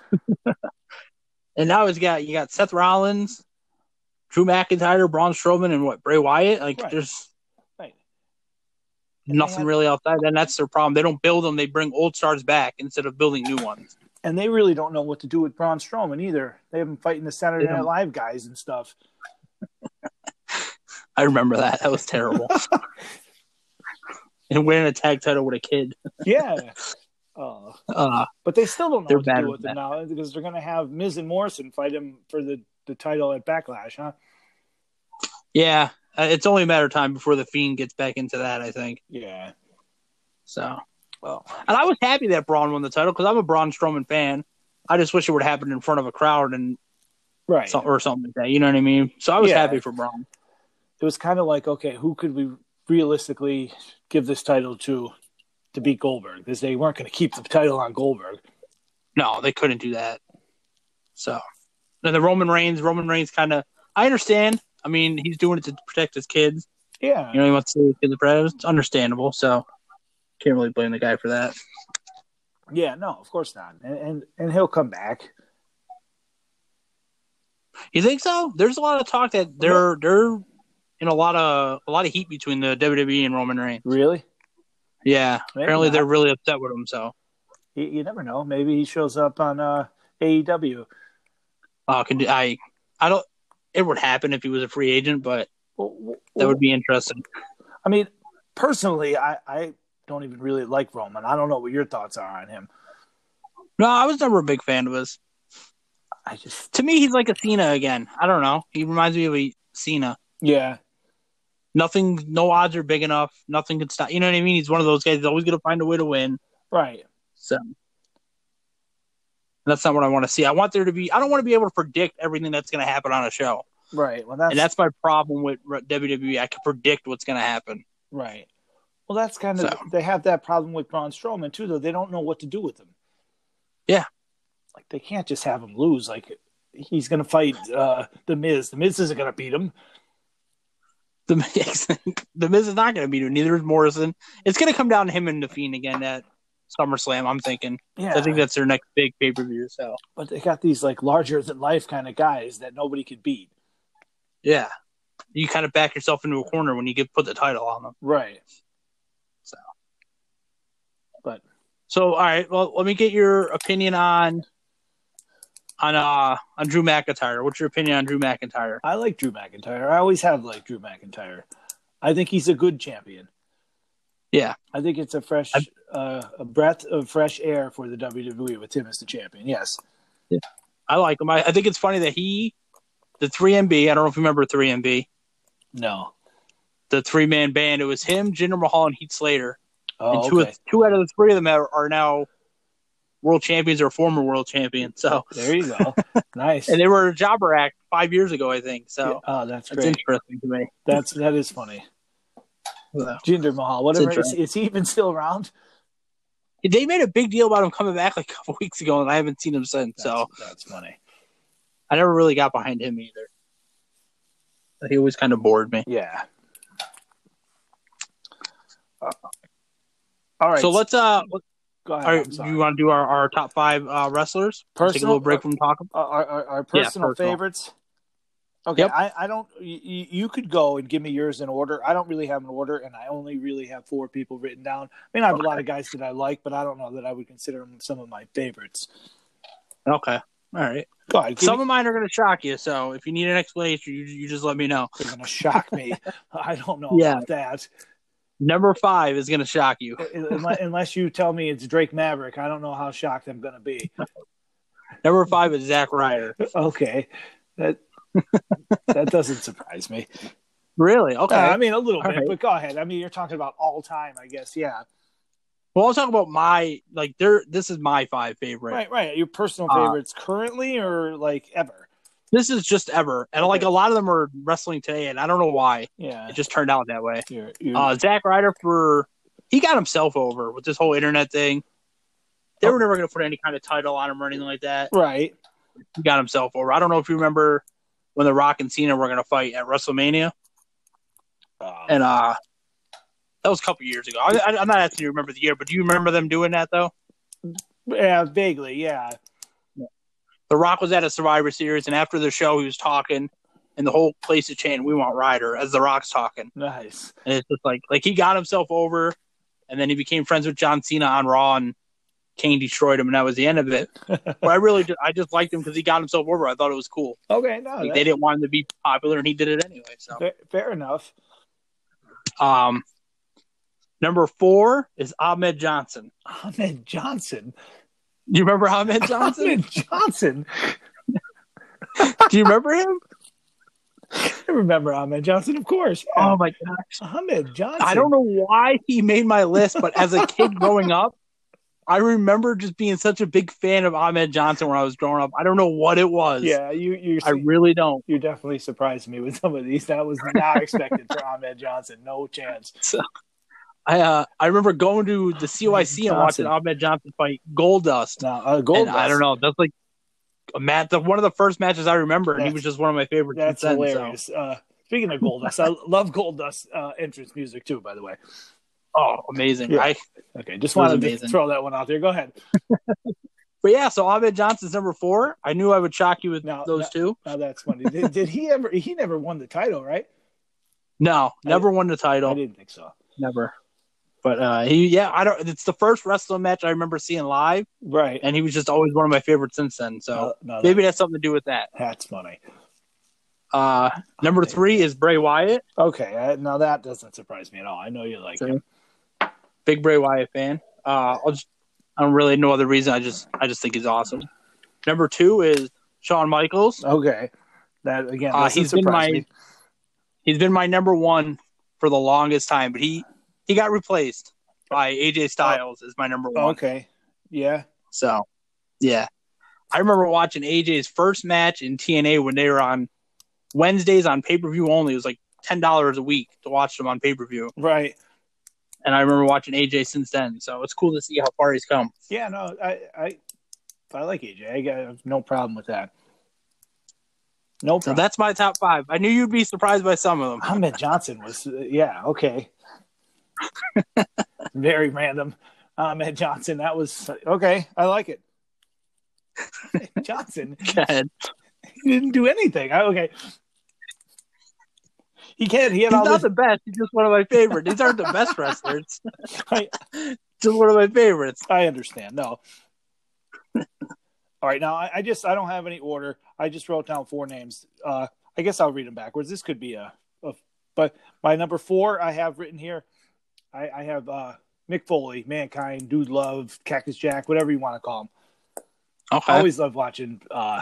[SPEAKER 2] And now it's got you got Seth Rollins, Drew McIntyre, Braun Strowman, and what Bray Wyatt. Like
[SPEAKER 1] Right.
[SPEAKER 2] there's
[SPEAKER 1] Right. And they
[SPEAKER 2] nothing
[SPEAKER 1] had-
[SPEAKER 2] really outside. And that's their problem. They don't build them. They bring old stars back instead of building new ones.
[SPEAKER 1] And they really don't know what to do with Braun Strowman either. They have him fighting the Saturday
[SPEAKER 2] They
[SPEAKER 1] Night
[SPEAKER 2] don't.
[SPEAKER 1] Live guys and stuff.
[SPEAKER 2] I remember that. That was terrible. and winning a tag title with a kid.
[SPEAKER 1] Yeah. uh,
[SPEAKER 2] Uh,
[SPEAKER 1] but they still don't know
[SPEAKER 2] They're
[SPEAKER 1] what to
[SPEAKER 2] bad
[SPEAKER 1] do
[SPEAKER 2] at
[SPEAKER 1] with him now because they're going to have Miz and Morrison fight him for the, the title at Backlash, huh?
[SPEAKER 2] yeah, uh, it's only a matter of time before the Fiend gets back into that. I think
[SPEAKER 1] Yeah.
[SPEAKER 2] so. Well, and I was happy that Braun won the title because I'm a Braun Strowman fan. I just wish it would happen in front of a crowd and
[SPEAKER 1] Right.
[SPEAKER 2] so, or something like that. You know what I mean? So I was
[SPEAKER 1] Yeah.
[SPEAKER 2] happy for Braun.
[SPEAKER 1] it was kind of like, okay, who could we realistically give this title to to beat Goldberg? Because they weren't going to keep the title on Goldberg.
[SPEAKER 2] No, they couldn't do that. So then the Roman Reigns, Roman Reigns kind of, I understand. I mean, he's doing it to protect his kids.
[SPEAKER 1] Yeah.
[SPEAKER 2] You know, he wants to save his kids. but It's understandable. So can't really blame the guy for that.
[SPEAKER 1] Yeah, no, of course not. And and, and he'll come back.
[SPEAKER 2] You think so? There's a lot of talk that they're they're in a lot of a lot of heat between the WWE and Roman Reigns.
[SPEAKER 1] Really?
[SPEAKER 2] Yeah,
[SPEAKER 1] Maybe
[SPEAKER 2] apparently
[SPEAKER 1] not.
[SPEAKER 2] they're really upset with him. So
[SPEAKER 1] You, you never know. Maybe he shows up on uh, AEW.
[SPEAKER 2] uh, can, I I don't. It would happen if he was a free agent, but
[SPEAKER 1] Well,
[SPEAKER 2] that would be interesting.
[SPEAKER 1] I mean, personally, I, I don't even really like Roman. I don't know what your thoughts are on him.
[SPEAKER 2] No, I was never a big fan of his.
[SPEAKER 1] I just
[SPEAKER 2] To me, he's like a Cena again. I don't know. He reminds me of a Cena.
[SPEAKER 1] yeah,
[SPEAKER 2] Nothing, no odds are big enough. Nothing can stop. You know what I mean? He's one of those guys that's always going to find a way to win.
[SPEAKER 1] right.
[SPEAKER 2] So that's not what I want to see. I want there to be. I don't want to be able to predict everything that's going to happen on a show,
[SPEAKER 1] Right. Well, that's,
[SPEAKER 2] and that's my problem with re- WWE. E. I can predict what's going to happen.
[SPEAKER 1] right. Well, that's kind of
[SPEAKER 2] So.
[SPEAKER 1] they have that problem with Braun Strowman too, though. They don't know what to do with him.
[SPEAKER 2] Yeah.
[SPEAKER 1] like they can't just have him lose. Like he's going to fight uh, the Miz. The Miz isn't going to beat him.
[SPEAKER 2] The Miz, the Miz is not going to be doing. Neither is Morrison. It's going to come down to him and the Fiend again at SummerSlam. I'm thinking.
[SPEAKER 1] Yeah,
[SPEAKER 2] I think that's their next big pay per view. So
[SPEAKER 1] but they got these like larger than life kind of guys that nobody could beat.
[SPEAKER 2] yeah, you kind of back yourself into a corner when you get put the title on them.
[SPEAKER 1] Right.
[SPEAKER 2] So all right, well, let me get your opinion on on uh on Drew McIntyre. What's your opinion on Drew McIntyre?
[SPEAKER 1] I like Drew McIntyre. I always have liked Drew McIntyre. I think he's a good champion.
[SPEAKER 2] Yeah.
[SPEAKER 1] I think it's a fresh,
[SPEAKER 2] I-
[SPEAKER 1] uh, a breath of fresh air for the WWE with him as the champion. Yes.
[SPEAKER 2] I like him. I, I think it's funny that he, the three MB. I don't know if you remember three MB,
[SPEAKER 1] No.
[SPEAKER 2] the three man band. It was him, Jinder Mahal, and Heath Slater. and
[SPEAKER 1] Oh,
[SPEAKER 2] two
[SPEAKER 1] okay.
[SPEAKER 2] of, two out of the three of them are, are now world champions or former world champions. So
[SPEAKER 1] There you go. nice.
[SPEAKER 2] and they were a Jobber Act five years ago, I think. So
[SPEAKER 1] oh, that's
[SPEAKER 2] that's
[SPEAKER 1] great.
[SPEAKER 2] interesting to me.
[SPEAKER 1] That's that is funny.
[SPEAKER 2] So.
[SPEAKER 1] Jinder Mahal, whatever. Is,
[SPEAKER 2] interesting.
[SPEAKER 1] is he even still around?
[SPEAKER 2] They made a big deal about him coming back like a couple weeks ago, and I haven't seen him since.
[SPEAKER 1] That's,
[SPEAKER 2] so
[SPEAKER 1] that's funny.
[SPEAKER 2] I never really got behind him either. He always kind of bored me.
[SPEAKER 1] Yeah. Uh, all right.
[SPEAKER 2] So let's uh,
[SPEAKER 1] go ahead.
[SPEAKER 2] all
[SPEAKER 1] I'm
[SPEAKER 2] right,
[SPEAKER 1] sorry.
[SPEAKER 2] you want to do our, our top five uh, wrestlers? Take a
[SPEAKER 1] Personal-
[SPEAKER 2] little break from talking.
[SPEAKER 1] our, our- our, our
[SPEAKER 2] Yeah,
[SPEAKER 1] personal
[SPEAKER 2] personal.
[SPEAKER 1] favorites. Okay,
[SPEAKER 2] Yep.
[SPEAKER 1] I, I don't. You, you could go and give me yours in order. I don't really have an order, and I only really have four people written down. I mean, I have a lot of guys that I like, but I don't know that I would consider them some of my favorites.
[SPEAKER 2] Okay, all right.
[SPEAKER 1] Go ahead, give
[SPEAKER 2] Some
[SPEAKER 1] me-
[SPEAKER 2] of mine are going to shock you, so if you need an explanation, you, you just let me know.
[SPEAKER 1] they're gonna shock me. I don't know
[SPEAKER 2] Yeah.
[SPEAKER 1] about that.
[SPEAKER 2] Number five is going to shock you.
[SPEAKER 1] Unless, unless you tell me it's Drake Maverick, I don't know how shocked I'm gonna be.
[SPEAKER 2] Number five is Zack Ryder.
[SPEAKER 1] Okay, that that doesn't surprise me.
[SPEAKER 2] Really? Okay.
[SPEAKER 1] Uh, I mean, a little
[SPEAKER 2] All
[SPEAKER 1] bit,
[SPEAKER 2] right.
[SPEAKER 1] but go ahead. I mean, you're talking about all time, I guess. Yeah.
[SPEAKER 2] well, I'll talk about my like. There, this is my five favorite.
[SPEAKER 1] Right, right. Your personal
[SPEAKER 2] Uh,
[SPEAKER 1] favorites currently or like ever?
[SPEAKER 2] This is just ever, and like
[SPEAKER 1] Okay.
[SPEAKER 2] a lot of them are wrestling today, and I don't know why
[SPEAKER 1] Yeah.
[SPEAKER 2] it just turned out that way.
[SPEAKER 1] You're, you're,
[SPEAKER 2] Uh, Zack Ryder for he got himself over with this whole internet thing. They were never going to put any kind of title on him or anything like that.
[SPEAKER 1] right.
[SPEAKER 2] He got himself over. I don't know if you remember when The Rock and Cena were going to fight at WrestleMania, and uh, that was a couple years ago. I, I, I'm not asking you to remember the year, but do you remember them doing that though?
[SPEAKER 1] Uh, yeah, vaguely. Yeah.
[SPEAKER 2] The Rock was at a Survivor Series, and after the show, he was talking, and the whole place is chanting, "We want Ryder," as The Rock's talking,
[SPEAKER 1] Nice.
[SPEAKER 2] and it's just like like he got himself over, and then he became friends with John Cena on Raw, and Kane destroyed him, and that was the end of it. but I really, ju- I just liked him because he got himself over. I thought it was cool.
[SPEAKER 1] Okay. No,
[SPEAKER 2] Like,
[SPEAKER 1] that-
[SPEAKER 2] they didn't want him to be popular, and he did it anyway. So,
[SPEAKER 1] fair, fair enough.
[SPEAKER 2] um, number four is Ahmed Johnson.
[SPEAKER 1] Ahmed Johnson.
[SPEAKER 2] You remember Ahmed Johnson?
[SPEAKER 1] Ahmed Johnson.
[SPEAKER 2] Do you remember him?
[SPEAKER 1] I remember Ahmed Johnson, of course. Um,
[SPEAKER 2] Oh my gosh.
[SPEAKER 1] Ahmed Johnson.
[SPEAKER 2] I don't know why he made my list, but as a kid growing up, I remember just being such a big fan of Ahmed Johnson when I was growing up. I don't know what it was.
[SPEAKER 1] Yeah, you you
[SPEAKER 2] I really don't.
[SPEAKER 1] you definitely surprised me with some of these. That was not expected for Ahmed Johnson. No chance.
[SPEAKER 2] I uh, I remember going to the CYC and watching
[SPEAKER 1] Johnson.
[SPEAKER 2] Ahmed Johnson fight Goldust.
[SPEAKER 1] No, uh, gold.
[SPEAKER 2] And I don't know. That's like a mat. The, one of the first matches I remember, and he
[SPEAKER 1] That's-
[SPEAKER 2] was just one of my favorites.
[SPEAKER 1] That's
[SPEAKER 2] since then, so.
[SPEAKER 1] hilarious. Uh, speaking of Goldust, I love Goldust uh, entrance music too. By the way,
[SPEAKER 2] Oh, amazing!
[SPEAKER 1] Yeah.
[SPEAKER 2] I,
[SPEAKER 1] okay, just
[SPEAKER 2] That was
[SPEAKER 1] wanted to
[SPEAKER 2] amazing.
[SPEAKER 1] throw that one out there. Go ahead.
[SPEAKER 2] but yeah, so Ahmed Johnson's number four. I knew I would shock you with
[SPEAKER 1] No,
[SPEAKER 2] those
[SPEAKER 1] no.
[SPEAKER 2] two.
[SPEAKER 1] Now Uh, that's funny. Did, did he ever? He never won the title, right?
[SPEAKER 2] No, never won the
[SPEAKER 1] I
[SPEAKER 2] title.
[SPEAKER 1] didn't think so.
[SPEAKER 2] never. But uh, he, yeah, I don't. It's the first wrestling match I remember seeing live,
[SPEAKER 1] Right.
[SPEAKER 2] and he was just always one of my favorites since then. So
[SPEAKER 1] No, no,
[SPEAKER 2] maybe that's something to do with that.
[SPEAKER 1] that- that's funny.
[SPEAKER 2] Uh, number three is Bray Wyatt,
[SPEAKER 1] Okay, I, now that doesn't surprise me at all. I know you like
[SPEAKER 2] So-
[SPEAKER 1] him.
[SPEAKER 2] big Bray Wyatt fan. Uh, I'll just, I don't really no other reason. I just, I just think he's awesome. Number two is Shawn Michaels.
[SPEAKER 1] Okay, that again.
[SPEAKER 2] Uh,
[SPEAKER 1] doesn't
[SPEAKER 2] he's been
[SPEAKER 1] surprise
[SPEAKER 2] my-
[SPEAKER 1] me.
[SPEAKER 2] He's been my number one for the longest time, but he he got replaced by AJ Styles as my number one.
[SPEAKER 1] Okay, yeah.
[SPEAKER 2] So, yeah. I remember watching AJ's first match in TNA when they were on Wednesdays on pay per view only. It was like $10 a week to watch them on pay per view.
[SPEAKER 1] Right.
[SPEAKER 2] And I remember watching AJ since then. So it's cool to see how far he's come.
[SPEAKER 1] Yeah. No. I. I. I like AJ. I got I have no problem with that. No
[SPEAKER 2] So
[SPEAKER 1] problem.
[SPEAKER 2] that's my top five. I knew you'd be surprised by some of them.
[SPEAKER 1] Ahmed Johnson was, uh, yeah, okay. Very random. Ahmed Johnson, that was, okay, I like it. Johnson
[SPEAKER 2] Go ahead.
[SPEAKER 1] he didn't do anything. I, okay. He can't, he
[SPEAKER 2] He's
[SPEAKER 1] had all
[SPEAKER 2] not
[SPEAKER 1] this,
[SPEAKER 2] the best. He's just one of my favorites. These aren't the best wrestlers.
[SPEAKER 1] I,
[SPEAKER 2] Just one of my favorites.
[SPEAKER 1] I understand, no. All right, now I, I just, I don't have any order. I just wrote down four names. Uh, I guess I'll read them backwards. This could be a, a but my number four I have written here, I, I have, uh, Mick Foley, Mankind, Dude Love, Cactus Jack, whatever you want to call him. I
[SPEAKER 2] Okay.
[SPEAKER 1] always love watching uh,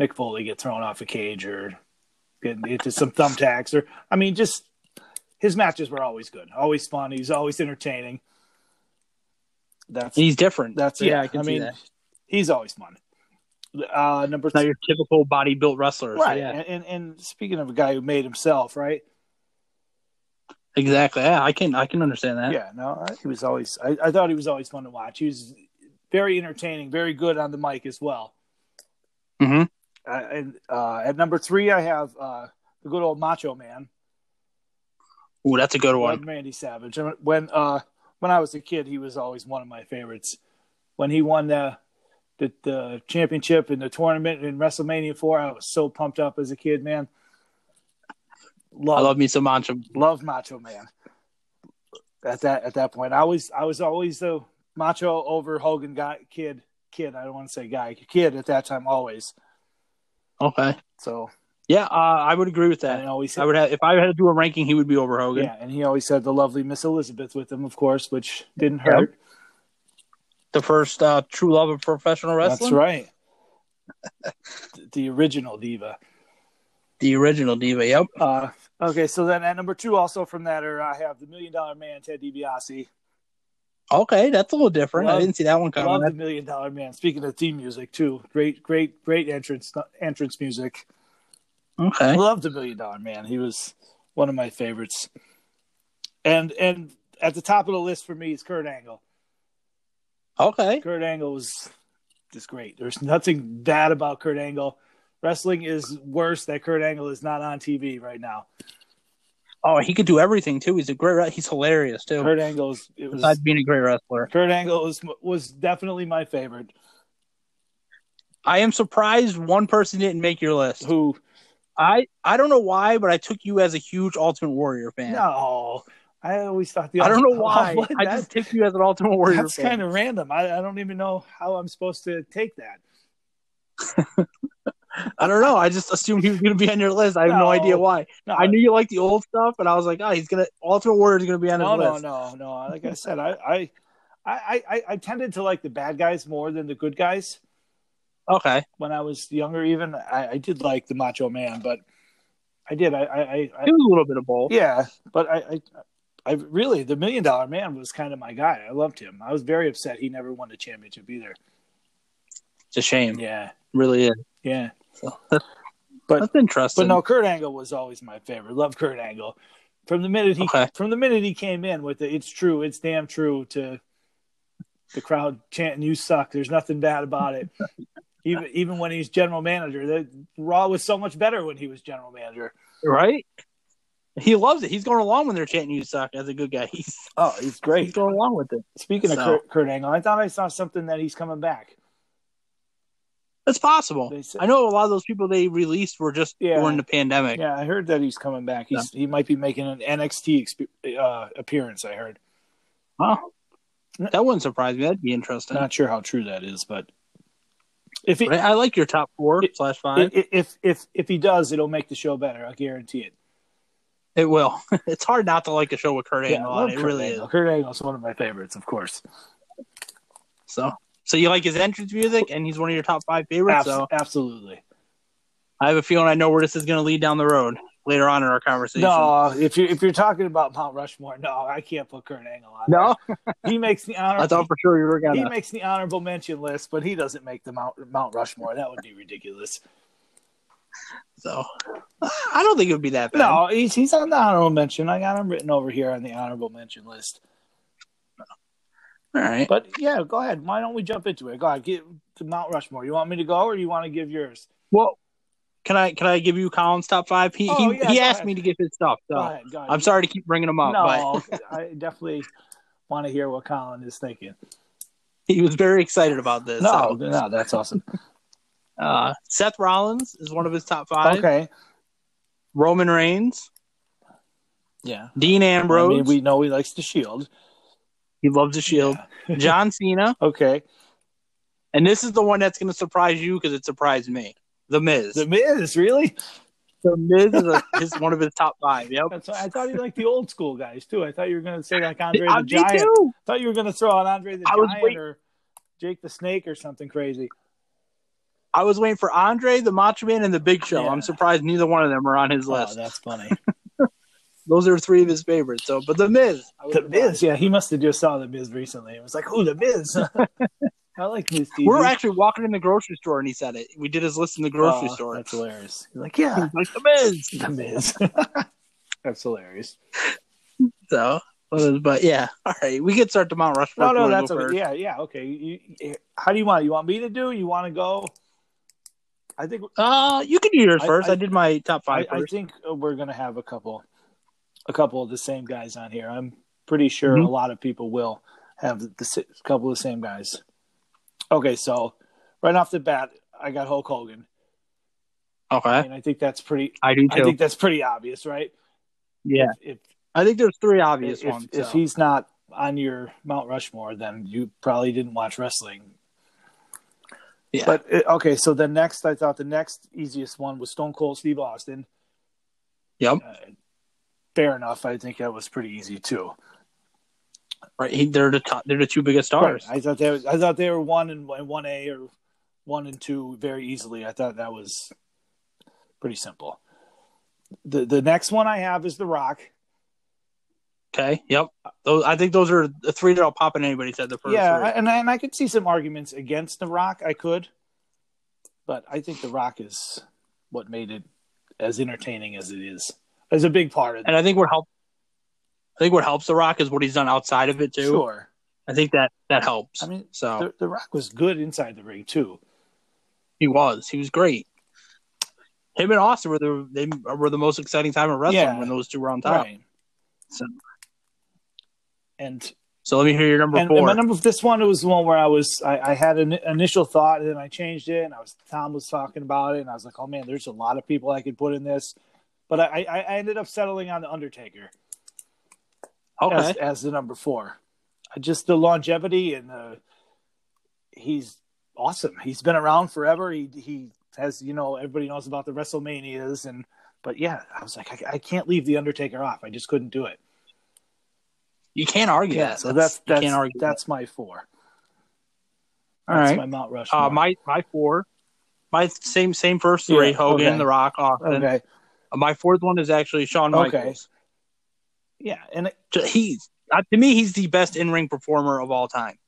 [SPEAKER 1] Mick Foley get thrown off a cage or get into some thumbtacks or I mean, just his matches were always good, always fun. He's always entertaining. That's
[SPEAKER 2] He's different.
[SPEAKER 1] that's
[SPEAKER 2] yeah,
[SPEAKER 1] it.
[SPEAKER 2] I can see
[SPEAKER 1] mean,
[SPEAKER 2] that.
[SPEAKER 1] he's always fun. Uh, number
[SPEAKER 2] Not
[SPEAKER 1] two,
[SPEAKER 2] your typical body built wrestler. So
[SPEAKER 1] right?
[SPEAKER 2] yeah.
[SPEAKER 1] And, and and speaking of a guy who made himself, right?
[SPEAKER 2] Exactly. Yeah, I can I can understand that.
[SPEAKER 1] Yeah, no, I- he was always. I, I thought he was always fun to watch. He was very entertaining, very good on the mic as well.
[SPEAKER 2] hmm
[SPEAKER 1] Uh, and uh, at number three, I have uh, the good old Macho Man,
[SPEAKER 2] Ooh, that's a good one.
[SPEAKER 1] Love Randy Savage. And When uh, when I was a kid, he was always one of my favorites. When he won the the, the championship in the tournament in WrestleMania four, I was so pumped up as a kid, man.
[SPEAKER 2] I
[SPEAKER 1] Love
[SPEAKER 2] love me some Macho.
[SPEAKER 1] love Macho Man. At that at that point, I was I was always the Macho over Hogan guy kid kid. I don't want to say guy kid at that time always.
[SPEAKER 2] Okay.
[SPEAKER 1] So
[SPEAKER 2] Yeah, uh, I would agree with
[SPEAKER 1] and I
[SPEAKER 2] that.
[SPEAKER 1] always
[SPEAKER 2] I would have if I had to do a ranking, he would be over Hogan.
[SPEAKER 1] yeah, and he always had the lovely Miss Elizabeth with him, of course, which didn't
[SPEAKER 2] Yep.
[SPEAKER 1] hurt.
[SPEAKER 2] The first uh, true love of professional wrestling.
[SPEAKER 1] That's right. the original diva.
[SPEAKER 2] The original diva. Yep.
[SPEAKER 1] Uh, Okay, so then at number two, also from that, or I have the Million Dollar Man, Ted DiBiase.
[SPEAKER 2] Okay, that's a little different. I
[SPEAKER 1] Love-
[SPEAKER 2] didn't see that one
[SPEAKER 1] I
[SPEAKER 2] coming.
[SPEAKER 1] love the
[SPEAKER 2] That's-
[SPEAKER 1] Million Dollar Man. Speaking of theme music, too, great, great, great entrance entrance music. I
[SPEAKER 2] okay.
[SPEAKER 1] love the Million Dollar Man. He was one of my favorites. And and at the top of the list for me is Kurt Angle.
[SPEAKER 2] Okay.
[SPEAKER 1] Kurt Angle was just great. There's nothing bad about Kurt Angle. Wrestling is worse that Kurt Angle is not on TV right now.
[SPEAKER 2] Oh, he could do everything too. He's a great. wre- He's hilarious too.
[SPEAKER 1] Kurt Angle is it was
[SPEAKER 2] Besides being a great wrestler,
[SPEAKER 1] Kurt Angle was was definitely my favorite.
[SPEAKER 2] I am surprised one person didn't make your list.
[SPEAKER 1] Who
[SPEAKER 2] I I don't know why, but I took you as a huge Ultimate Warrior fan.
[SPEAKER 1] no, I always thought the Oh,
[SPEAKER 2] I don't know why.
[SPEAKER 1] What?
[SPEAKER 2] I
[SPEAKER 1] That-
[SPEAKER 2] just took you as an Ultimate Warrior
[SPEAKER 1] that's
[SPEAKER 2] fan.
[SPEAKER 1] kind of random. I, I don't even know how I'm supposed to take that.
[SPEAKER 2] I don't know. I just assumed he was going to be on your list. I have no,
[SPEAKER 1] No.
[SPEAKER 2] idea why.
[SPEAKER 1] No,
[SPEAKER 2] I knew you liked the old stuff, and I was like, oh, he's gonna Ultimate Warrior is going to be on his
[SPEAKER 1] no, no,
[SPEAKER 2] list.
[SPEAKER 1] no, no. Like I said, I, I, I, I, I tended to like the bad guys more than the good guys
[SPEAKER 2] Okay.
[SPEAKER 1] when I was younger. Even I, I did like the Macho Man, but I did. I, I, I, I
[SPEAKER 2] It was a little bit of both.
[SPEAKER 1] yeah. But I, I, I really the Million Dollar Man was kind of my guy. I loved him. I was very upset he never won the championship either.
[SPEAKER 2] It's a shame.
[SPEAKER 1] Yeah,
[SPEAKER 2] really is.
[SPEAKER 1] yeah. But-
[SPEAKER 2] That's interesting.
[SPEAKER 1] But no, Kurt Angle was always my favorite. Love Kurt Angle. From the minute he
[SPEAKER 2] Okay.
[SPEAKER 1] from the minute he came in with the "It's true, it's damn true" to the crowd chanting "You suck." There's nothing bad about it. even even when he's general manager, the Raw was so much better when he was general manager.
[SPEAKER 2] right? He loves it. He's going along when they're chanting you suck as a good guy. He's,
[SPEAKER 1] Oh, he's
[SPEAKER 2] he's
[SPEAKER 1] great.
[SPEAKER 2] going along with it.
[SPEAKER 1] Speaking of
[SPEAKER 2] So-
[SPEAKER 1] Kurt, Kurt Angle, I thought I saw something that he's coming back.
[SPEAKER 2] It's possible.
[SPEAKER 1] They said-
[SPEAKER 2] I know a lot of those people they released were just
[SPEAKER 1] Yeah.
[SPEAKER 2] during the pandemic.
[SPEAKER 1] Yeah, I heard that he's coming back. He's he might be making an NXT exp- uh, appearance. I heard.
[SPEAKER 2] Huh. That wouldn't surprise me. That'd be interesting.
[SPEAKER 1] Not sure how true that is, but if he,
[SPEAKER 2] Right? I like your top four
[SPEAKER 1] It-
[SPEAKER 2] slash five. It,
[SPEAKER 1] if if if- if he does, it'll make the show better. I guarantee it.
[SPEAKER 2] will. it's hard not to like a show with Kurt Angle
[SPEAKER 1] I
[SPEAKER 2] on
[SPEAKER 1] love
[SPEAKER 2] it. It
[SPEAKER 1] Kurt
[SPEAKER 2] really
[SPEAKER 1] Angle.
[SPEAKER 2] is.
[SPEAKER 1] Kurt Angle's one of my favorites, of course.
[SPEAKER 2] So, so you like his entrance music, and he's one of your top five favorites.
[SPEAKER 1] Abs-
[SPEAKER 2] So,
[SPEAKER 1] Absolutely.
[SPEAKER 2] I have a feeling I know where this is going to lead down the road later on in our conversation.
[SPEAKER 1] No, if you if you're talking about Mount Rushmore, no, I can't put Kurt Angle on.
[SPEAKER 2] no.
[SPEAKER 1] there. he makes the honor.
[SPEAKER 2] I thought for sure you were
[SPEAKER 1] he
[SPEAKER 2] gonna.
[SPEAKER 1] makes the honorable mention list, but he doesn't make the Mount Mount Rushmore. That would be ridiculous.
[SPEAKER 2] So, I don't think it would be that bad.
[SPEAKER 1] No, he's he's on the honorable mention. I got him written over here on the honorable mention list.
[SPEAKER 2] All right.
[SPEAKER 1] But yeah, go ahead. Why don't we jump into it? Go ahead, get to Mount Rushmore. You want me to go, or you want to give yours?
[SPEAKER 2] Well, can I can I give you Colin's top five? He
[SPEAKER 1] Oh,
[SPEAKER 2] he,
[SPEAKER 1] yeah,
[SPEAKER 2] he
[SPEAKER 1] go
[SPEAKER 2] asked
[SPEAKER 1] ahead.
[SPEAKER 2] me to give his stuff, so
[SPEAKER 1] Go ahead. Go ahead.
[SPEAKER 2] I'm sorry to keep bringing him up,
[SPEAKER 1] No,
[SPEAKER 2] but
[SPEAKER 1] I definitely want to hear what Colin is thinking.
[SPEAKER 2] he was very excited about this.
[SPEAKER 1] No,
[SPEAKER 2] so,
[SPEAKER 1] no, that's awesome.
[SPEAKER 2] uh, Seth Rollins is one of his top five.
[SPEAKER 1] Okay.
[SPEAKER 2] Roman Reigns,
[SPEAKER 1] Yeah.
[SPEAKER 2] Dean Ambrose.
[SPEAKER 1] I mean, we know he likes the Shield.
[SPEAKER 2] He loves the Shield. John Cena,
[SPEAKER 1] Okay.
[SPEAKER 2] and this is the one that's going to surprise you because it surprised me. The Miz.
[SPEAKER 1] The
[SPEAKER 2] The,
[SPEAKER 1] Miz, really?
[SPEAKER 2] Miz is, a, is one of his top five. Yep.
[SPEAKER 1] That's why I thought he liked the old school guys too. I thought you were going to say like Andre
[SPEAKER 2] I,
[SPEAKER 1] the
[SPEAKER 2] Uh, me
[SPEAKER 1] Giant.
[SPEAKER 2] too.
[SPEAKER 1] I thought you were going to throw out Andre the
[SPEAKER 2] I was
[SPEAKER 1] Giant
[SPEAKER 2] wait-
[SPEAKER 1] or Jake the Snake or something crazy.
[SPEAKER 2] I was waiting for Andre, the Macho Man, and the Big Show.
[SPEAKER 1] Yeah.
[SPEAKER 2] I'm surprised neither one of them are on his
[SPEAKER 1] Oh,
[SPEAKER 2] list.
[SPEAKER 1] that's funny.
[SPEAKER 2] Those are three of his favorites. So, but the Miz, I was
[SPEAKER 1] the
[SPEAKER 2] surprised.
[SPEAKER 1] Miz, yeah, he must have just saw the Miz recently. It was like, oh, the Miz. I like Miz TV.
[SPEAKER 2] We're actually walking in the grocery store, and he said it. We did his list in the grocery
[SPEAKER 1] Oh,
[SPEAKER 2] store.
[SPEAKER 1] That's hilarious. He's like, yeah,
[SPEAKER 2] He's like the Miz.
[SPEAKER 1] the Miz. that's hilarious.
[SPEAKER 2] So, but, but yeah, all right, we could start the Mount Rushmore.
[SPEAKER 1] No,
[SPEAKER 2] if you
[SPEAKER 1] no,
[SPEAKER 2] wanna
[SPEAKER 1] that's
[SPEAKER 2] go
[SPEAKER 1] okay.
[SPEAKER 2] first.
[SPEAKER 1] Yeah, yeah, okay. You, you- how do you want? It? You want me to do? You want to go? I think
[SPEAKER 2] Uh, you can do yours
[SPEAKER 1] I-
[SPEAKER 2] first. I,
[SPEAKER 1] I-
[SPEAKER 2] did my top
[SPEAKER 1] I,
[SPEAKER 2] five
[SPEAKER 1] I
[SPEAKER 2] first.
[SPEAKER 1] think we're gonna have a couple, a couple of the same guys on here. I'm pretty sure
[SPEAKER 2] Mhm.
[SPEAKER 1] a lot of people will have the, si couple of the same guys. Okay, so right off the bat, I got Hulk Hogan,
[SPEAKER 2] okay,
[SPEAKER 1] and I think that's pretty.
[SPEAKER 2] I do
[SPEAKER 1] I
[SPEAKER 2] too.
[SPEAKER 1] think that's pretty obvious, right?
[SPEAKER 2] yeah,
[SPEAKER 1] If
[SPEAKER 2] I think there's three
[SPEAKER 1] if,
[SPEAKER 2] obvious
[SPEAKER 1] if,
[SPEAKER 2] ones.
[SPEAKER 1] if
[SPEAKER 2] so.
[SPEAKER 1] he's not on your Mount Rushmore, then you probably didn't watch wrestling
[SPEAKER 2] yeah.
[SPEAKER 1] But uh, okay, so the next I thought the next easiest one was Stone Cold Steve Austin.
[SPEAKER 2] Yep.
[SPEAKER 1] Uh, fair enough. I think that was pretty easy too.
[SPEAKER 2] right, he, they're the top, they're the two biggest stars.
[SPEAKER 1] I thought they was, I thought they were one and and one A or one and two very easily. I thought that was pretty simple. The the next one I have is The Rock.
[SPEAKER 2] Okay. Yep. Those I think those are the three that'll pop in anybody's head. The first.
[SPEAKER 1] yeah,
[SPEAKER 2] three.
[SPEAKER 1] I- and I, and I could see some arguments against The Rock. I could, but I think The Rock is what made it as entertaining as it is. As a big part of it.
[SPEAKER 2] and I think what help. I think what helps The Rock is what he's done outside of it too.
[SPEAKER 1] Sure.
[SPEAKER 2] I think that that helps.
[SPEAKER 1] I mean,
[SPEAKER 2] so
[SPEAKER 1] the, the Rock was good inside the ring too.
[SPEAKER 2] he was. He was great. Him and Austin were the they were the most exciting time in wrestling
[SPEAKER 1] Yeah.
[SPEAKER 2] when those two were on top.
[SPEAKER 1] Right.
[SPEAKER 2] So,
[SPEAKER 1] And
[SPEAKER 2] so let me hear your number
[SPEAKER 1] and, and
[SPEAKER 2] four.
[SPEAKER 1] my number this one was the one where I was I, I had an initial thought and then I changed it and I was Tom was talking about it and I was like, oh man, there's a lot of people I could put in this, but I I, I ended up settling on the Undertaker
[SPEAKER 2] okay.
[SPEAKER 1] as, as the number four. I just the longevity and the he's awesome. He's been around forever. He he has you know everybody knows about the WrestleManias and but yeah, I was like I, I can't leave the Undertaker off. I just couldn't do it.
[SPEAKER 2] you can't argue
[SPEAKER 1] Yeah,
[SPEAKER 2] that.
[SPEAKER 1] so that's that's
[SPEAKER 2] you
[SPEAKER 1] that's,
[SPEAKER 2] can't argue that.
[SPEAKER 1] my four.
[SPEAKER 2] All
[SPEAKER 1] that's
[SPEAKER 2] right.
[SPEAKER 1] my Mount Rushmore.
[SPEAKER 2] Uh, my my four, my same same first three:
[SPEAKER 1] Yeah,
[SPEAKER 2] Hogan,
[SPEAKER 1] okay.
[SPEAKER 2] The Rock, Austin.
[SPEAKER 1] okay,
[SPEAKER 2] Uh, My fourth one is actually Shawn
[SPEAKER 1] Okay.
[SPEAKER 2] Michaels.
[SPEAKER 1] yeah, and it,
[SPEAKER 2] Ju- He's uh, to me, he's the best in ring performer of all time.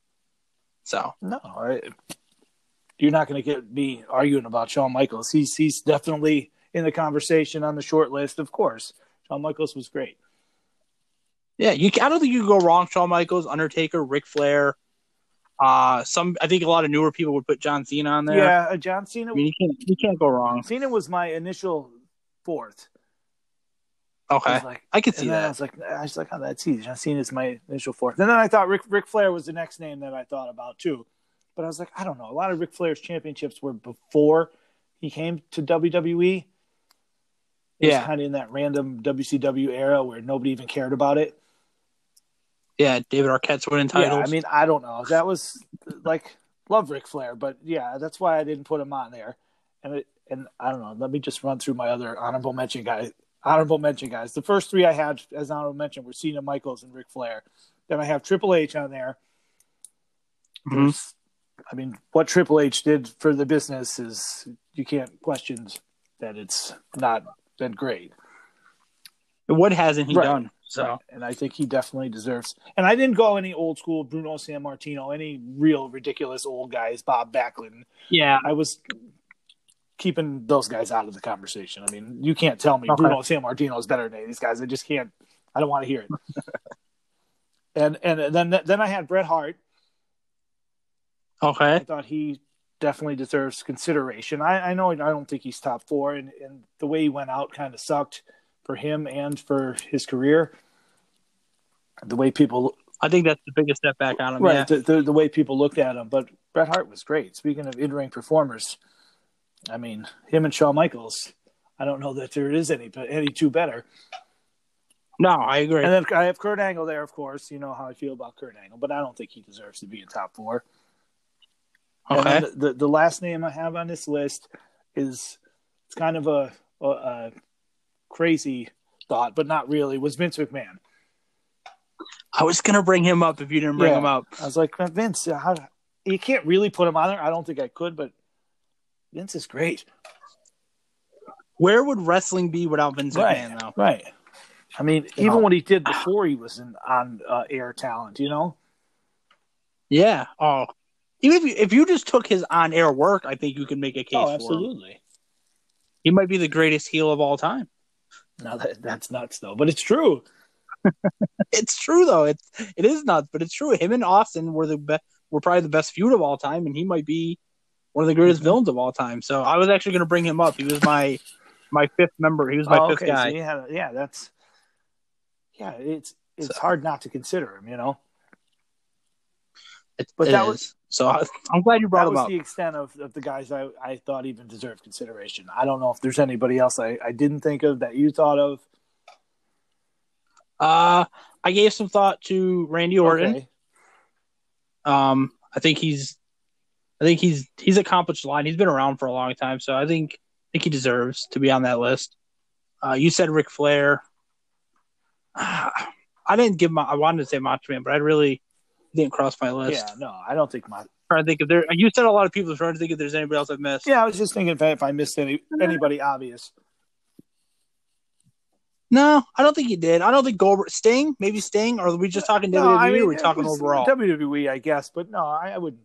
[SPEAKER 2] So
[SPEAKER 1] no, I, you're not going to get me arguing about Shawn Michaels. He's he's definitely in the conversation on the short list, of course. Shawn Michaels was great.
[SPEAKER 2] yeah, you ca- I don't think you could go wrong. Shawn Michaels, Undertaker, Ric Flair. Uh, some I think a lot of newer people would put John Cena on there.
[SPEAKER 1] Yeah, uh, John Cena.
[SPEAKER 2] I mean, you can't you can't go wrong.
[SPEAKER 1] Cena was my initial fourth. I
[SPEAKER 2] Okay,
[SPEAKER 1] was like,
[SPEAKER 2] I can see
[SPEAKER 1] and uh, then I
[SPEAKER 2] that.
[SPEAKER 1] was like, I was like, oh, that's easy. John Cena's my initial fourth. And then I thought Rick Ric Flair was the next name that I thought about too. But I was like, I don't know. A lot of Ric Flair's championships were before he came to WWE. It was
[SPEAKER 2] Yeah.
[SPEAKER 1] kind of in that random WCW era where nobody even cared about it.
[SPEAKER 2] Yeah, David Arquette's winning titles.
[SPEAKER 1] Yeah, I mean, I don't know. That was like love Ric Flair, but yeah, that's why I didn't put him on there. And it, and I don't know. Let me just run through my other honorable mention guys. Honorable mention guys. The first three I had as honorable mention were Cena, Michaels, and Ric Flair. Then I have Triple H on there.
[SPEAKER 2] Mhm.
[SPEAKER 1] There's- I mean, what Triple H did for the business is you can't question that it's not been great.
[SPEAKER 2] what hasn't he
[SPEAKER 1] Right.
[SPEAKER 2] done? So
[SPEAKER 1] And I think he definitely deserves. And I didn't go any old school Bruno San Martino, any real ridiculous old guys, Bob Backlund.
[SPEAKER 2] yeah,
[SPEAKER 1] I was keeping those guys out of the conversation. I mean, you can't tell me
[SPEAKER 2] Okay.
[SPEAKER 1] Bruno San Martino is better than any of these guys. I just can't. I don't want to hear it. and and then then I had Bret Hart. I
[SPEAKER 2] okay,
[SPEAKER 1] thought he definitely deserves consideration. I, I know I don't think he's top four, and, and the way he went out kind of sucked for him and for his career. The way people
[SPEAKER 2] I think that's the biggest step back on him.
[SPEAKER 1] right,
[SPEAKER 2] yeah.
[SPEAKER 1] the, the, the way people looked at him. But Bret Hart was great. Speaking of in-ring performers, I mean, him and Shawn Michaels. I don't know that there is any any two better.
[SPEAKER 2] No, I agree.
[SPEAKER 1] And then I have Kurt Angle there, of course. You know how I feel about Kurt Angle, but I don't think he deserves to be in top four. And
[SPEAKER 2] okay,
[SPEAKER 1] then the, the, the last name I have on this list is it's kind of a, a, a crazy thought, but not really. Was Vince McMahon?
[SPEAKER 2] I was gonna bring him up if you didn't bring
[SPEAKER 1] Yeah.
[SPEAKER 2] him up.
[SPEAKER 1] I was like, Vince, how you can't really put him on there. I don't think I could, but Vince is great.
[SPEAKER 2] Where would wrestling be without Vince
[SPEAKER 1] Right.
[SPEAKER 2] McMahon, though?
[SPEAKER 1] Right. I mean,
[SPEAKER 2] You
[SPEAKER 1] even
[SPEAKER 2] know.
[SPEAKER 1] what he did before he was in, on uh, air talent, you know?
[SPEAKER 2] Yeah. Oh, even if you, if you just took his on-air work, I think you can make a
[SPEAKER 1] Oh,
[SPEAKER 2] case for him. He might be the greatest heel of all time.
[SPEAKER 1] Now that, that's nuts, though, but it's true.
[SPEAKER 2] It's true though. It's it is nuts, but it's true. Him and Austin were the be- were probably the best feud of all time, and he might be one of the
[SPEAKER 1] Mm-hmm.
[SPEAKER 2] greatest villains of all time. So I was actually going to bring him up. He was my my fifth member. He was my
[SPEAKER 1] Oh,
[SPEAKER 2] fifth
[SPEAKER 1] okay.
[SPEAKER 2] guy.
[SPEAKER 1] So you had a- yeah, that's, yeah, it's, it's
[SPEAKER 2] So-
[SPEAKER 1] hard not to consider him, you know?
[SPEAKER 2] It-
[SPEAKER 1] But
[SPEAKER 2] it
[SPEAKER 1] that
[SPEAKER 2] is.
[SPEAKER 1] was-
[SPEAKER 2] so. I, I'm glad you brought
[SPEAKER 1] that
[SPEAKER 2] him
[SPEAKER 1] was
[SPEAKER 2] up.
[SPEAKER 1] the extent of, of the guys I, I thought even deserved consideration. I don't know if there's anybody else I, I didn't think of that you thought of.
[SPEAKER 2] Uh, I gave some thought to Randy Orton.
[SPEAKER 1] Okay.
[SPEAKER 2] Um, I think he's, I think he's he's accomplished a lot. He's been around for a long time, so I think I think he deserves to be on that list. Uh, you said Ric Flair. Ah, I didn't give my. I wanted to say Macho Man, but I really didn't cross my list.
[SPEAKER 1] Yeah, no, I don't think my.
[SPEAKER 2] Trying to think if there. You said a lot of people. Trying to think if there's anybody else I've missed.
[SPEAKER 1] Yeah, I was just thinking if I, if I missed any anybody obvious.
[SPEAKER 2] No, I don't think he did. I don't think Goldberg, Sting, maybe Sting, or are we just talking WWE?
[SPEAKER 1] Uh, I mean,
[SPEAKER 2] or are we
[SPEAKER 1] it
[SPEAKER 2] E, talking
[SPEAKER 1] was
[SPEAKER 2] overall?
[SPEAKER 1] WWE, I guess, but no, I, I wouldn't.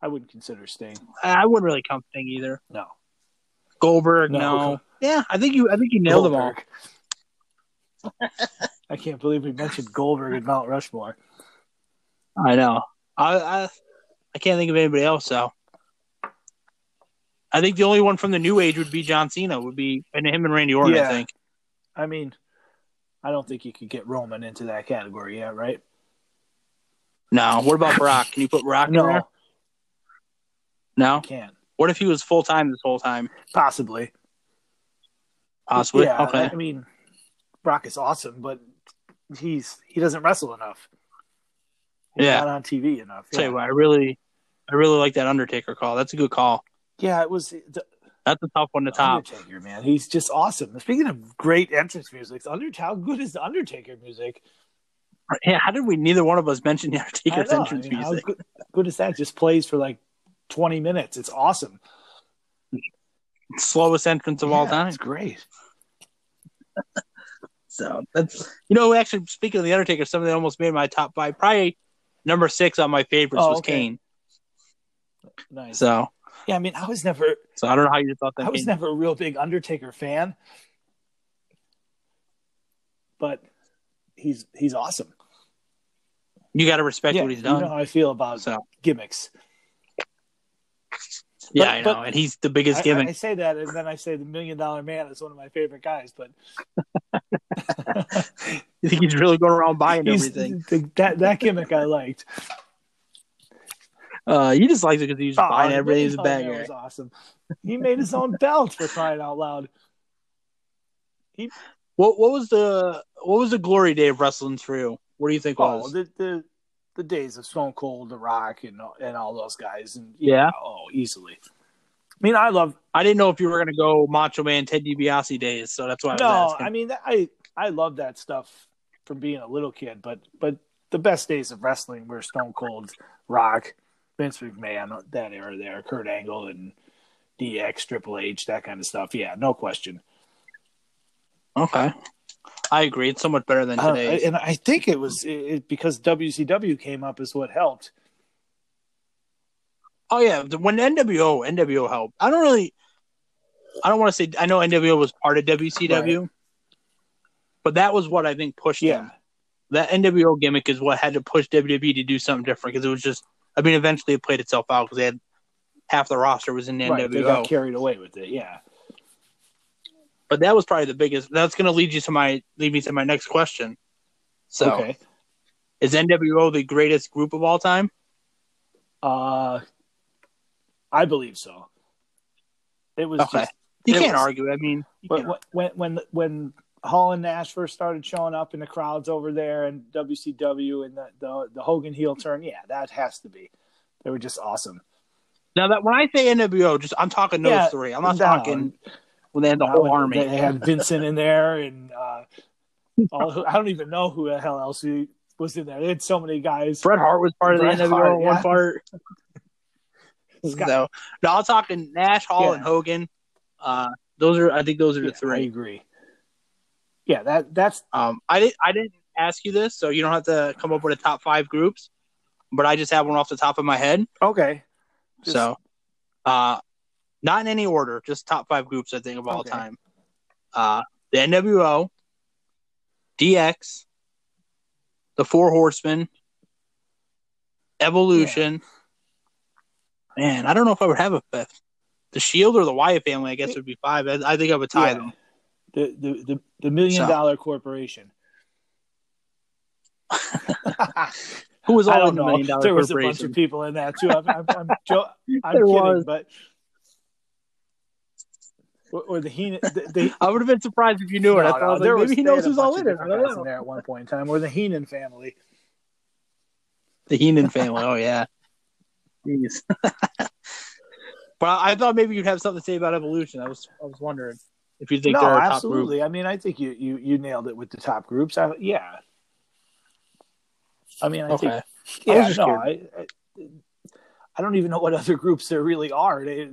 [SPEAKER 1] I wouldn't consider Sting.
[SPEAKER 2] I I wouldn't really count Sting either.
[SPEAKER 1] No,
[SPEAKER 2] Goldberg,
[SPEAKER 1] No.
[SPEAKER 2] no. Yeah, I think you. I think you nailed them all.
[SPEAKER 1] Goldberg. I can't believe we mentioned Goldberg and Mount Rushmore.
[SPEAKER 2] I know. I, I I can't think of anybody else though. I think the only one from the new age would be John Cena. Would be and him and Randy Orton.
[SPEAKER 1] Yeah.
[SPEAKER 2] I think.
[SPEAKER 1] I mean, I don't think you could get Roman into that category yet, right?
[SPEAKER 2] No. What about Brock? Can you put Brock in there?
[SPEAKER 1] No,
[SPEAKER 2] No.
[SPEAKER 1] I can't.
[SPEAKER 2] What if he was full time this whole time?
[SPEAKER 1] Possibly.
[SPEAKER 2] Possibly.
[SPEAKER 1] Yeah,
[SPEAKER 2] okay.
[SPEAKER 1] I mean, Brock is awesome, but he's he doesn't wrestle enough. He's
[SPEAKER 2] Yeah.
[SPEAKER 1] not on TV enough.
[SPEAKER 2] Tell you
[SPEAKER 1] Yeah.
[SPEAKER 2] what, I really, I really like that Undertaker call. That's a good call.
[SPEAKER 1] yeah, it was the
[SPEAKER 2] That's a tough one to top.
[SPEAKER 1] Undertaker, man. He's just awesome. Speaking of great entrance music, Undert- how good is the Undertaker music?
[SPEAKER 2] Yeah, how did we? Neither one of us mention the
[SPEAKER 1] I
[SPEAKER 2] Undertaker's
[SPEAKER 1] know, I
[SPEAKER 2] entrance
[SPEAKER 1] mean, how
[SPEAKER 2] music.
[SPEAKER 1] good, good is that? Just plays for like twenty minutes. It's awesome.
[SPEAKER 2] Slowest entrance of all
[SPEAKER 1] Yeah,
[SPEAKER 2] time.
[SPEAKER 1] It's great.
[SPEAKER 2] So that's you know, actually speaking of the Undertaker, something that almost made my top five, probably number six on my favorites
[SPEAKER 1] Oh,
[SPEAKER 2] was
[SPEAKER 1] okay.
[SPEAKER 2] Kane.
[SPEAKER 1] Nice.
[SPEAKER 2] So
[SPEAKER 1] Yeah, I mean, I was never
[SPEAKER 2] so I don't know how you thought that.
[SPEAKER 1] I was
[SPEAKER 2] Kane-
[SPEAKER 1] never a real big Undertaker fan, but he's he's awesome.
[SPEAKER 2] you got to respect
[SPEAKER 1] yeah,
[SPEAKER 2] what he's
[SPEAKER 1] You
[SPEAKER 2] done.
[SPEAKER 1] know how I feel about
[SPEAKER 2] so
[SPEAKER 1] gimmicks.
[SPEAKER 2] yeah,
[SPEAKER 1] but-
[SPEAKER 2] I know,
[SPEAKER 1] but-
[SPEAKER 2] and he's the biggest
[SPEAKER 1] I,
[SPEAKER 2] gimmick.
[SPEAKER 1] I say that, and then I say the Million Dollar Man is one of my favorite guys, but
[SPEAKER 2] you think he's really going around buying
[SPEAKER 1] he's-
[SPEAKER 2] everything?
[SPEAKER 1] th- that that gimmick I liked.
[SPEAKER 2] Uh, you just liked it because he was
[SPEAKER 1] Oh,
[SPEAKER 2] buying
[SPEAKER 1] the
[SPEAKER 2] everything. He's
[SPEAKER 1] Million Dollar
[SPEAKER 2] a bad
[SPEAKER 1] Man
[SPEAKER 2] guy.
[SPEAKER 1] was awesome. He made his own belt for crying out loud.
[SPEAKER 2] What what was the what was the glory day of wrestling for you? What do you think
[SPEAKER 1] Oh,
[SPEAKER 2] was?
[SPEAKER 1] the, the the days of Stone Cold, The Rock, and all- and all those guys, and
[SPEAKER 2] Yeah.
[SPEAKER 1] oh, easily. I mean, I love
[SPEAKER 2] I didn't know if you were gonna go Macho Man Ted DiBiase days, so that's why I was
[SPEAKER 1] no.
[SPEAKER 2] asking.
[SPEAKER 1] I mean, that- I I love that stuff from being a little kid, but but the best days of wrestling were Stone Cold, Rock, Vince McMahon, that era there, Kurt Angle, and DX, Triple H, that kind of stuff. Yeah, no question.
[SPEAKER 2] okay, I agree. It's so much better than
[SPEAKER 1] Uh,
[SPEAKER 2] today.
[SPEAKER 1] and I think it was it, it- because WCW came up is what helped.
[SPEAKER 2] Oh yeah, the- when NWO NWO helped. I don't really, I don't want to say. I know NWO was part of WCW, but that was what I think pushed
[SPEAKER 1] Yeah.
[SPEAKER 2] them. That NWO gimmick is what had to push WWE to do something different because it was just. I mean, eventually it played itself out because they had half the roster was in the
[SPEAKER 1] Right, they got
[SPEAKER 2] NWO.
[SPEAKER 1] carried away with it. Yeah.
[SPEAKER 2] But that was probably the biggest. That's going to lead you to my lead me to my next question. So,
[SPEAKER 1] Okay.
[SPEAKER 2] is NWO the greatest group of all time?
[SPEAKER 1] Uh, I believe so. It was
[SPEAKER 2] Okay.
[SPEAKER 1] just
[SPEAKER 2] You
[SPEAKER 1] It
[SPEAKER 2] can't
[SPEAKER 1] was-
[SPEAKER 2] argue. I mean, you
[SPEAKER 1] when
[SPEAKER 2] can't-
[SPEAKER 1] when when when Hall and Nash first started showing up in the crowds over there and WCW and the the, the Hogan heel turn. Yeah, that has to be. They were just awesome.
[SPEAKER 2] now that when I say NWO, just I'm talking those
[SPEAKER 1] Yeah,
[SPEAKER 2] three. I'm not
[SPEAKER 1] no,
[SPEAKER 2] talking when they had the
[SPEAKER 1] Now
[SPEAKER 2] whole
[SPEAKER 1] when
[SPEAKER 2] army.
[SPEAKER 1] They had Vincent in there and uh, all, I don't even know who the hell else who was in there. They had so many guys.
[SPEAKER 2] Bret Hart was part
[SPEAKER 1] Bret
[SPEAKER 2] of the NWO
[SPEAKER 1] Hart,
[SPEAKER 2] at one
[SPEAKER 1] yeah.
[SPEAKER 2] part.
[SPEAKER 1] Scott-
[SPEAKER 2] so, no, I'm talking Nash, Hall,
[SPEAKER 1] Yeah.
[SPEAKER 2] and Hogan. Uh, those are, I think, those are the
[SPEAKER 1] Yeah, I
[SPEAKER 2] three.
[SPEAKER 1] agree. Yeah, that that's
[SPEAKER 2] Um, I didn't, I didn't ask you this, so you don't have to come up with a top five groups, but I just have one off the top of my head.
[SPEAKER 1] okay. Just-
[SPEAKER 2] so, uh, not in any order, just top five groups I think of all
[SPEAKER 1] Okay.
[SPEAKER 2] time. Uh, the NWO, DX, the Four Horsemen, Evolution. Man, I don't know if I would have a fifth. The Shield or the Wyatt family, I guess, would be five. I, I think I would tie
[SPEAKER 1] Yeah.
[SPEAKER 2] them.
[SPEAKER 1] the the the, the million
[SPEAKER 2] So.
[SPEAKER 1] dollar corporation. I
[SPEAKER 2] Who was all
[SPEAKER 1] don't
[SPEAKER 2] in the
[SPEAKER 1] know.
[SPEAKER 2] million dollar
[SPEAKER 1] There was a bunch
[SPEAKER 2] corporation?
[SPEAKER 1] of people in that too. I'm, I'm, I'm, jo- I'm
[SPEAKER 2] There
[SPEAKER 1] kidding,
[SPEAKER 2] was.
[SPEAKER 1] but or, or the Heenan. The, the,
[SPEAKER 2] I would have been surprised if you knew it. I
[SPEAKER 1] No,
[SPEAKER 2] thought
[SPEAKER 1] no,
[SPEAKER 2] I was
[SPEAKER 1] there
[SPEAKER 2] like,
[SPEAKER 1] was-
[SPEAKER 2] maybe he
[SPEAKER 1] they had
[SPEAKER 2] knows
[SPEAKER 1] a
[SPEAKER 2] who's all
[SPEAKER 1] bunch
[SPEAKER 2] in
[SPEAKER 1] of
[SPEAKER 2] it. I
[SPEAKER 1] different
[SPEAKER 2] don't
[SPEAKER 1] guys
[SPEAKER 2] know.
[SPEAKER 1] in there at one point in time, or the Heenan family.
[SPEAKER 2] The Heenan family. Oh yeah. Jeez. but I I thought maybe you'd have something to say about evolution. I was I was wondering if you think
[SPEAKER 1] no,
[SPEAKER 2] they're a top
[SPEAKER 1] absolutely.
[SPEAKER 2] group.
[SPEAKER 1] I mean, I think you, you you nailed it with the top groups. I, yeah. I mean, I think
[SPEAKER 2] Okay. I was
[SPEAKER 1] Yeah,
[SPEAKER 2] just
[SPEAKER 1] no, I, I, I don't even know what other groups there really are. They,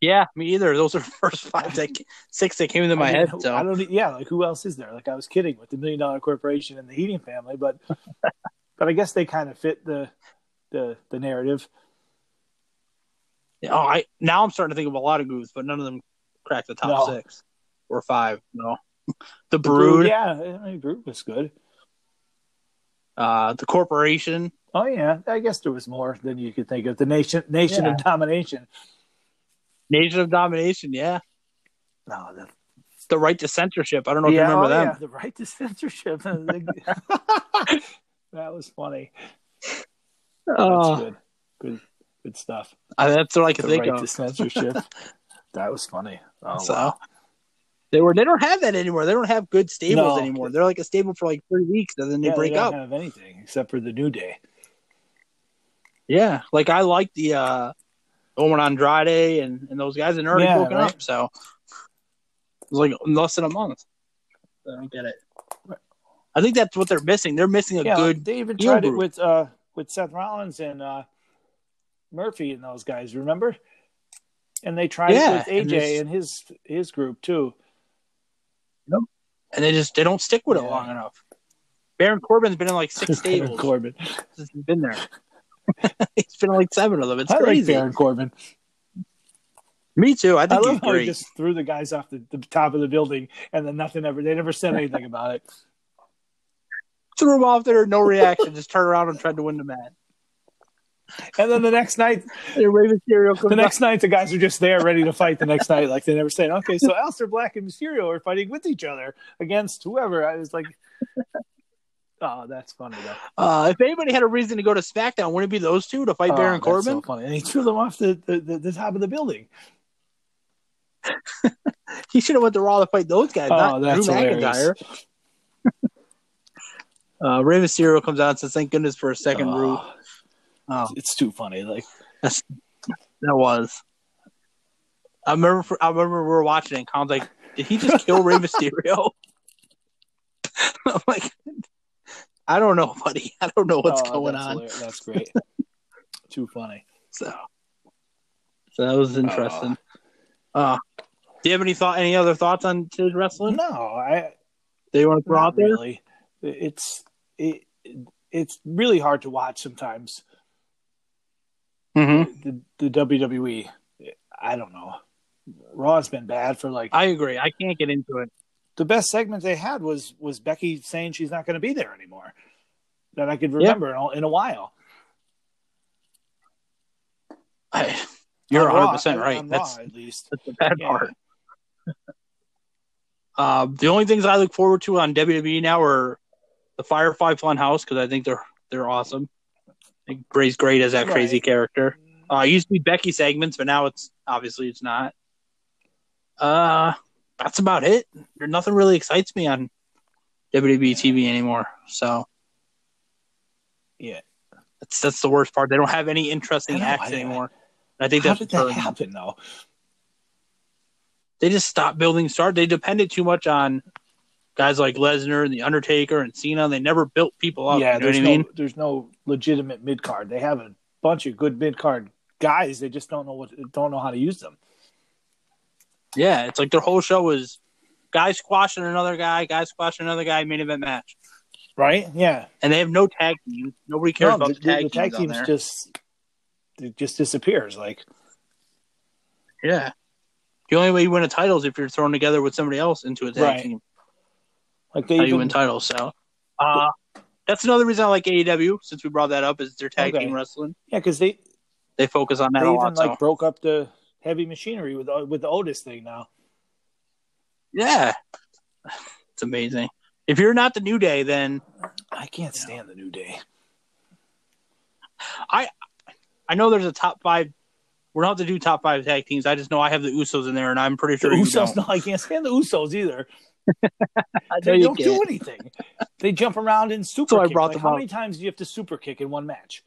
[SPEAKER 2] Yeah, me either. Those are the first five, that, six that came into my
[SPEAKER 1] I mean,
[SPEAKER 2] head.
[SPEAKER 1] who-
[SPEAKER 2] So
[SPEAKER 1] I don't. e, Yeah, like who else is there? Like I was kidding with the Million Dollar Corporation and the Heating Family, but but I guess they kind of fit the the the narrative.
[SPEAKER 2] oh, I now I'm starting to think of a lot of goofs, but none of them cracked the top
[SPEAKER 1] No.
[SPEAKER 2] six or five. No, the
[SPEAKER 1] The Brood,
[SPEAKER 2] Brood,
[SPEAKER 1] yeah, I mean, Brood was good.
[SPEAKER 2] uh, the Corporation.
[SPEAKER 1] Oh yeah, I guess there was more than you could think of. The Nation Nation of Domination.
[SPEAKER 2] Nation of Domination, yeah.
[SPEAKER 1] No, the,
[SPEAKER 2] The right to censorship. I don't know if
[SPEAKER 1] yeah,
[SPEAKER 2] you remember
[SPEAKER 1] oh,
[SPEAKER 2] them.
[SPEAKER 1] yeah, the right to censorship. that was funny.
[SPEAKER 2] That's,
[SPEAKER 1] That's good. Good good stuff.
[SPEAKER 2] that's what I can
[SPEAKER 1] Uh, the
[SPEAKER 2] think
[SPEAKER 1] right
[SPEAKER 2] of.
[SPEAKER 1] to censorship. that was funny. Oh,
[SPEAKER 2] so
[SPEAKER 1] wow.
[SPEAKER 2] they were. They don't have that anymore. They don't have good stables
[SPEAKER 1] No.
[SPEAKER 2] anymore. They're like a stable for like three weeks, and then they
[SPEAKER 1] Yeah,
[SPEAKER 2] break
[SPEAKER 1] don't
[SPEAKER 2] up.
[SPEAKER 1] have anything except for the New Day.
[SPEAKER 2] Yeah, like I like the uh, Owen Andrade and and those guys, and they're already
[SPEAKER 1] Yeah,
[SPEAKER 2] broken
[SPEAKER 1] right.
[SPEAKER 2] up. So it was like less than a month. I don't get it. I think that's what they're missing. They're missing a
[SPEAKER 1] yeah,
[SPEAKER 2] good.
[SPEAKER 1] they even
[SPEAKER 2] heel
[SPEAKER 1] tried it
[SPEAKER 2] group.
[SPEAKER 1] with uh with Seth Rollins and uh Murphy and those guys, remember? And they tried it
[SPEAKER 2] Yeah,
[SPEAKER 1] with
[SPEAKER 2] and
[SPEAKER 1] AJ
[SPEAKER 2] there's-
[SPEAKER 1] and his his group too.
[SPEAKER 2] and they just they don't stick with it
[SPEAKER 1] Yeah.
[SPEAKER 2] long enough. Baron Corbin's been in like six
[SPEAKER 1] Baron
[SPEAKER 2] stables
[SPEAKER 1] Corbin.
[SPEAKER 2] since he's been there. he's been in like seven of them. It's
[SPEAKER 1] I like
[SPEAKER 2] crazy.
[SPEAKER 1] Baron Corbin.
[SPEAKER 2] Me too. I
[SPEAKER 1] I
[SPEAKER 2] think
[SPEAKER 1] love
[SPEAKER 2] he's
[SPEAKER 1] how he
[SPEAKER 2] great.
[SPEAKER 1] just threw the guys off the, the top of the building and then nothing ever they never said anything about it.
[SPEAKER 2] Threw him off there, no reaction. just turn around and tried to win the match.
[SPEAKER 1] And then the next night
[SPEAKER 2] And Rey Mysterio comes
[SPEAKER 1] the
[SPEAKER 2] out.
[SPEAKER 1] next night the guys are just there ready to fight the next night. Like they never said, Okay, so Alistair Black and Mysterio are fighting with each other against whoever. I was like Oh, that's funny though.
[SPEAKER 2] Uh, if anybody had a reason to go to SmackDown, wouldn't it be those two to fight
[SPEAKER 1] Oh,
[SPEAKER 2] Baron
[SPEAKER 1] that's
[SPEAKER 2] Corbin?
[SPEAKER 1] so funny. And he threw them off the, the, the, the top of the building.
[SPEAKER 2] He should have went to Raw to fight those guys,
[SPEAKER 1] Oh,
[SPEAKER 2] not
[SPEAKER 1] that's
[SPEAKER 2] Drew
[SPEAKER 1] hilarious.
[SPEAKER 2] McIntyre. uh, Rey Mysterio comes out and says, "Thank goodness for a second
[SPEAKER 1] Oh,
[SPEAKER 2] root." Oh,
[SPEAKER 1] It's too funny. Like
[SPEAKER 2] that was. I remember. For, I remember we were watching it. And Colin's like, "Did he just kill Rey Mysterio?" I'm like, "I don't know, buddy. I don't know what's
[SPEAKER 1] oh,
[SPEAKER 2] going
[SPEAKER 1] that's
[SPEAKER 2] on."
[SPEAKER 1] hilar- That's great. too funny.
[SPEAKER 2] So, so that was interesting. Uh, do you have any thought? Any other thoughts on today's wrestling?
[SPEAKER 1] No, I
[SPEAKER 2] that you want to throw
[SPEAKER 1] not
[SPEAKER 2] out there?
[SPEAKER 1] really. It's it, it's really hard to watch sometimes.
[SPEAKER 2] Mm-hmm.
[SPEAKER 1] The, the WWE, I don't know. Raw's been bad for like
[SPEAKER 2] I agree. I can't get into it.
[SPEAKER 1] the best segment they had was was Becky saying she's not going to be there anymore that I could remember in, a, in a while.
[SPEAKER 2] I, you're
[SPEAKER 1] On Raw,
[SPEAKER 2] 100 percent
[SPEAKER 1] on-
[SPEAKER 2] right.
[SPEAKER 1] on Raw,
[SPEAKER 2] that's
[SPEAKER 1] at least
[SPEAKER 2] that's the bad
[SPEAKER 1] Yeah.
[SPEAKER 2] part. Uh, the only things I look forward to on WWE now are the Firefly Funhouse because I think they're they're awesome. I think Bray's great as that crazy
[SPEAKER 1] Right.
[SPEAKER 2] character. Uh, it used to be Becky segments, but now it's obviously it's not. Uh, that's about it. There, nothing really excites me on WWE TV anymore. So
[SPEAKER 1] Yeah.
[SPEAKER 2] that's that's the worst part. They don't have any interesting
[SPEAKER 1] I know,
[SPEAKER 2] acts
[SPEAKER 1] I-
[SPEAKER 2] anymore. I think
[SPEAKER 1] How
[SPEAKER 2] that's
[SPEAKER 1] did
[SPEAKER 2] what
[SPEAKER 1] that
[SPEAKER 2] turned-
[SPEAKER 1] happen though?
[SPEAKER 2] they just stopped building stars. They depended too much on guys like Lesnar and the Undertaker and Cena. They never built people up.
[SPEAKER 1] yeah,
[SPEAKER 2] you know what
[SPEAKER 1] there's
[SPEAKER 2] I
[SPEAKER 1] no
[SPEAKER 2] mean?
[SPEAKER 1] there's no legitimate mid card. They have a bunch of good mid card guys. They just don't know what don't know how to use them.
[SPEAKER 2] Yeah, it's like their whole show was guy squashing another guy, guy squashing another guy, main event match,
[SPEAKER 1] Right? Yeah.
[SPEAKER 2] and they have no tag team. Nobody cares
[SPEAKER 1] No,
[SPEAKER 2] about
[SPEAKER 1] the,
[SPEAKER 2] the,
[SPEAKER 1] the-
[SPEAKER 2] tag,
[SPEAKER 1] the tag
[SPEAKER 2] teams. on
[SPEAKER 1] teams
[SPEAKER 2] there.
[SPEAKER 1] just it just disappears. Like
[SPEAKER 2] yeah, the only way you win a title is if you're thrown together with somebody else into a tag
[SPEAKER 1] Right.
[SPEAKER 2] team.
[SPEAKER 1] like they
[SPEAKER 2] How you
[SPEAKER 1] even
[SPEAKER 2] win titles? So, uh, that's another reason I like AEW. Since we brought that up, is their tag
[SPEAKER 1] Okay.
[SPEAKER 2] team wrestling.
[SPEAKER 1] yeah, because they
[SPEAKER 2] They focus on that
[SPEAKER 1] they
[SPEAKER 2] a
[SPEAKER 1] even
[SPEAKER 2] lot. so.
[SPEAKER 1] like broke up the heavy machinery with uh, with the Otis thing now.
[SPEAKER 2] Yeah. It's amazing. If you're not the New Day, then
[SPEAKER 1] I can't stand the New Day.
[SPEAKER 2] I know there's a top five. We don't have to do top five tag teams. I just know I have the Usos in there, and I'm pretty
[SPEAKER 1] The
[SPEAKER 2] sure you
[SPEAKER 1] Usos,
[SPEAKER 2] don't.
[SPEAKER 1] no, I can't stand the Usos either.
[SPEAKER 2] I know
[SPEAKER 1] They
[SPEAKER 2] you
[SPEAKER 1] don't
[SPEAKER 2] can't.
[SPEAKER 1] do anything. They jump around and super.
[SPEAKER 2] I
[SPEAKER 1] kick.
[SPEAKER 2] brought
[SPEAKER 1] Like,
[SPEAKER 2] them
[SPEAKER 1] how
[SPEAKER 2] up.
[SPEAKER 1] many times do you have to super kick in one match?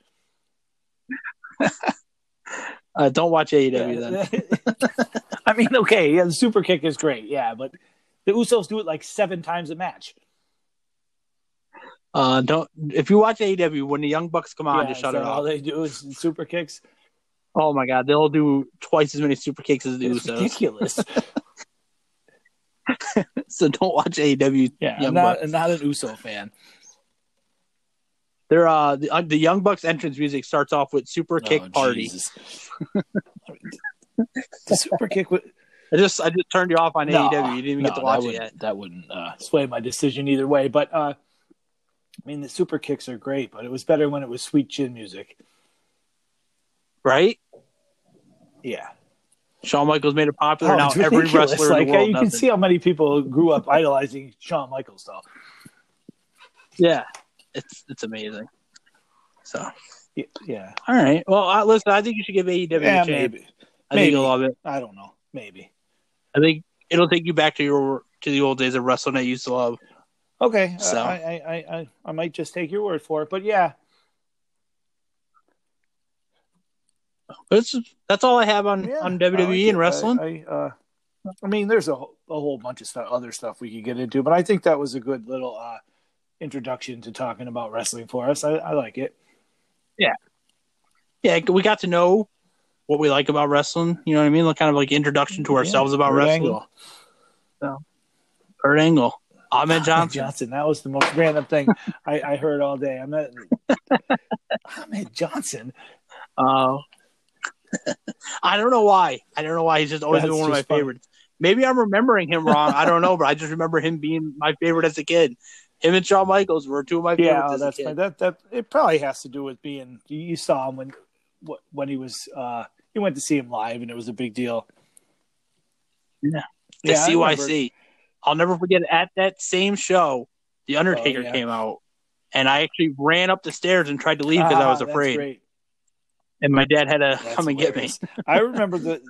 [SPEAKER 2] Uh, don't watch AEW then.
[SPEAKER 1] I mean, okay, yeah, the super kick is great, yeah, but the Usos do it like seven times a match.
[SPEAKER 2] Uh, don't. If you watch AEW, when E the Young Bucks come on,
[SPEAKER 1] yeah,
[SPEAKER 2] just shut
[SPEAKER 1] so
[SPEAKER 2] it
[SPEAKER 1] All
[SPEAKER 2] off.
[SPEAKER 1] they do is super kicks.
[SPEAKER 2] Oh my god, they'll do twice as many super kicks as the
[SPEAKER 1] It's
[SPEAKER 2] Usos.
[SPEAKER 1] ridiculous.
[SPEAKER 2] so don't watch E AEW.
[SPEAKER 1] Yeah, I'm
[SPEAKER 2] Young
[SPEAKER 1] not,
[SPEAKER 2] Bucks.
[SPEAKER 1] I'm not an Uso fan.
[SPEAKER 2] They're uh the, uh, the Young Bucks entrance music starts off with Super Kick
[SPEAKER 1] Oh,
[SPEAKER 2] Party.
[SPEAKER 1] Jesus. the super kick would
[SPEAKER 2] I just I just turned you off on
[SPEAKER 1] No,
[SPEAKER 2] AEW. You didn't even
[SPEAKER 1] no,
[SPEAKER 2] get to
[SPEAKER 1] that
[SPEAKER 2] watch it
[SPEAKER 1] wouldn't-
[SPEAKER 2] yet.
[SPEAKER 1] That wouldn't uh, sway my decision either way. But uh, I mean, the super kicks are great, but it was better when it was sweet chin music.
[SPEAKER 2] Right?
[SPEAKER 1] Yeah,
[SPEAKER 2] Shawn Michaels made it popular.
[SPEAKER 1] Oh,
[SPEAKER 2] now
[SPEAKER 1] it's
[SPEAKER 2] every
[SPEAKER 1] ridiculous.
[SPEAKER 2] wrestler
[SPEAKER 1] like
[SPEAKER 2] in the world
[SPEAKER 1] you
[SPEAKER 2] does
[SPEAKER 1] can
[SPEAKER 2] it.
[SPEAKER 1] see how many people grew up idolizing Shawn Michaels, though.
[SPEAKER 2] Yeah, it's it's amazing. So
[SPEAKER 1] Y- Yeah,
[SPEAKER 2] all right, well, I, listen, I think you should give AEW
[SPEAKER 1] yeah,
[SPEAKER 2] a chance.
[SPEAKER 1] maybe.
[SPEAKER 2] I think
[SPEAKER 1] Maybe.
[SPEAKER 2] you'll love it.
[SPEAKER 1] I don't know. Maybe.
[SPEAKER 2] I think it'll take you back to your to the old days of wrestling that you used to love.
[SPEAKER 1] Okay, uh,
[SPEAKER 2] So.
[SPEAKER 1] I, I, I, I, I might just take your word for it, but yeah,
[SPEAKER 2] But it's, that's all I have on
[SPEAKER 1] yeah,
[SPEAKER 2] on
[SPEAKER 1] I
[SPEAKER 2] WWE
[SPEAKER 1] like it.
[SPEAKER 2] and wrestling.
[SPEAKER 1] I, I, uh, I mean, there's a, whole- a whole bunch of stuff, other stuff we could get into, but I think that was a good little uh, introduction to talking about wrestling for us. I, I like it.
[SPEAKER 2] yeah, we got to know what we like about wrestling. You know what I mean? Like kind of like introduction to ourselves
[SPEAKER 1] Yeah,
[SPEAKER 2] about
[SPEAKER 1] Kurt
[SPEAKER 2] wrestling.
[SPEAKER 1] Angle,
[SPEAKER 2] Kurt Angle, Ahmed
[SPEAKER 1] Ahmed
[SPEAKER 2] Johnson.
[SPEAKER 1] Johnson. That was the most random thing I, I heard all day. I'm not Ahmed Johnson.
[SPEAKER 2] Uh, I don't know why. I don't know why he's just always
[SPEAKER 1] That's
[SPEAKER 2] been one of my
[SPEAKER 1] just funny.
[SPEAKER 2] favorites. Maybe I'm remembering him wrong. I don't know, but I just remember him being my favorite as a kid. Him and Shawn Michaels were two of my favorites
[SPEAKER 1] yeah, oh,
[SPEAKER 2] as
[SPEAKER 1] that's
[SPEAKER 2] a
[SPEAKER 1] my,
[SPEAKER 2] kid.
[SPEAKER 1] that that it probably has to do with being you- you saw him when wh- when he was uh you went to see him live and it was a big deal.
[SPEAKER 2] Yeah. The
[SPEAKER 1] Yeah, I remember.
[SPEAKER 2] CYC. I'll never forget at that same show, The Undertaker
[SPEAKER 1] Oh, yeah.
[SPEAKER 2] came out, and I actually ran up the stairs and tried to leave because I
[SPEAKER 1] Ah,
[SPEAKER 2] was
[SPEAKER 1] that's
[SPEAKER 2] afraid.
[SPEAKER 1] great.
[SPEAKER 2] And my dad had to
[SPEAKER 1] That's
[SPEAKER 2] come and get me.
[SPEAKER 1] hilarious. I remember the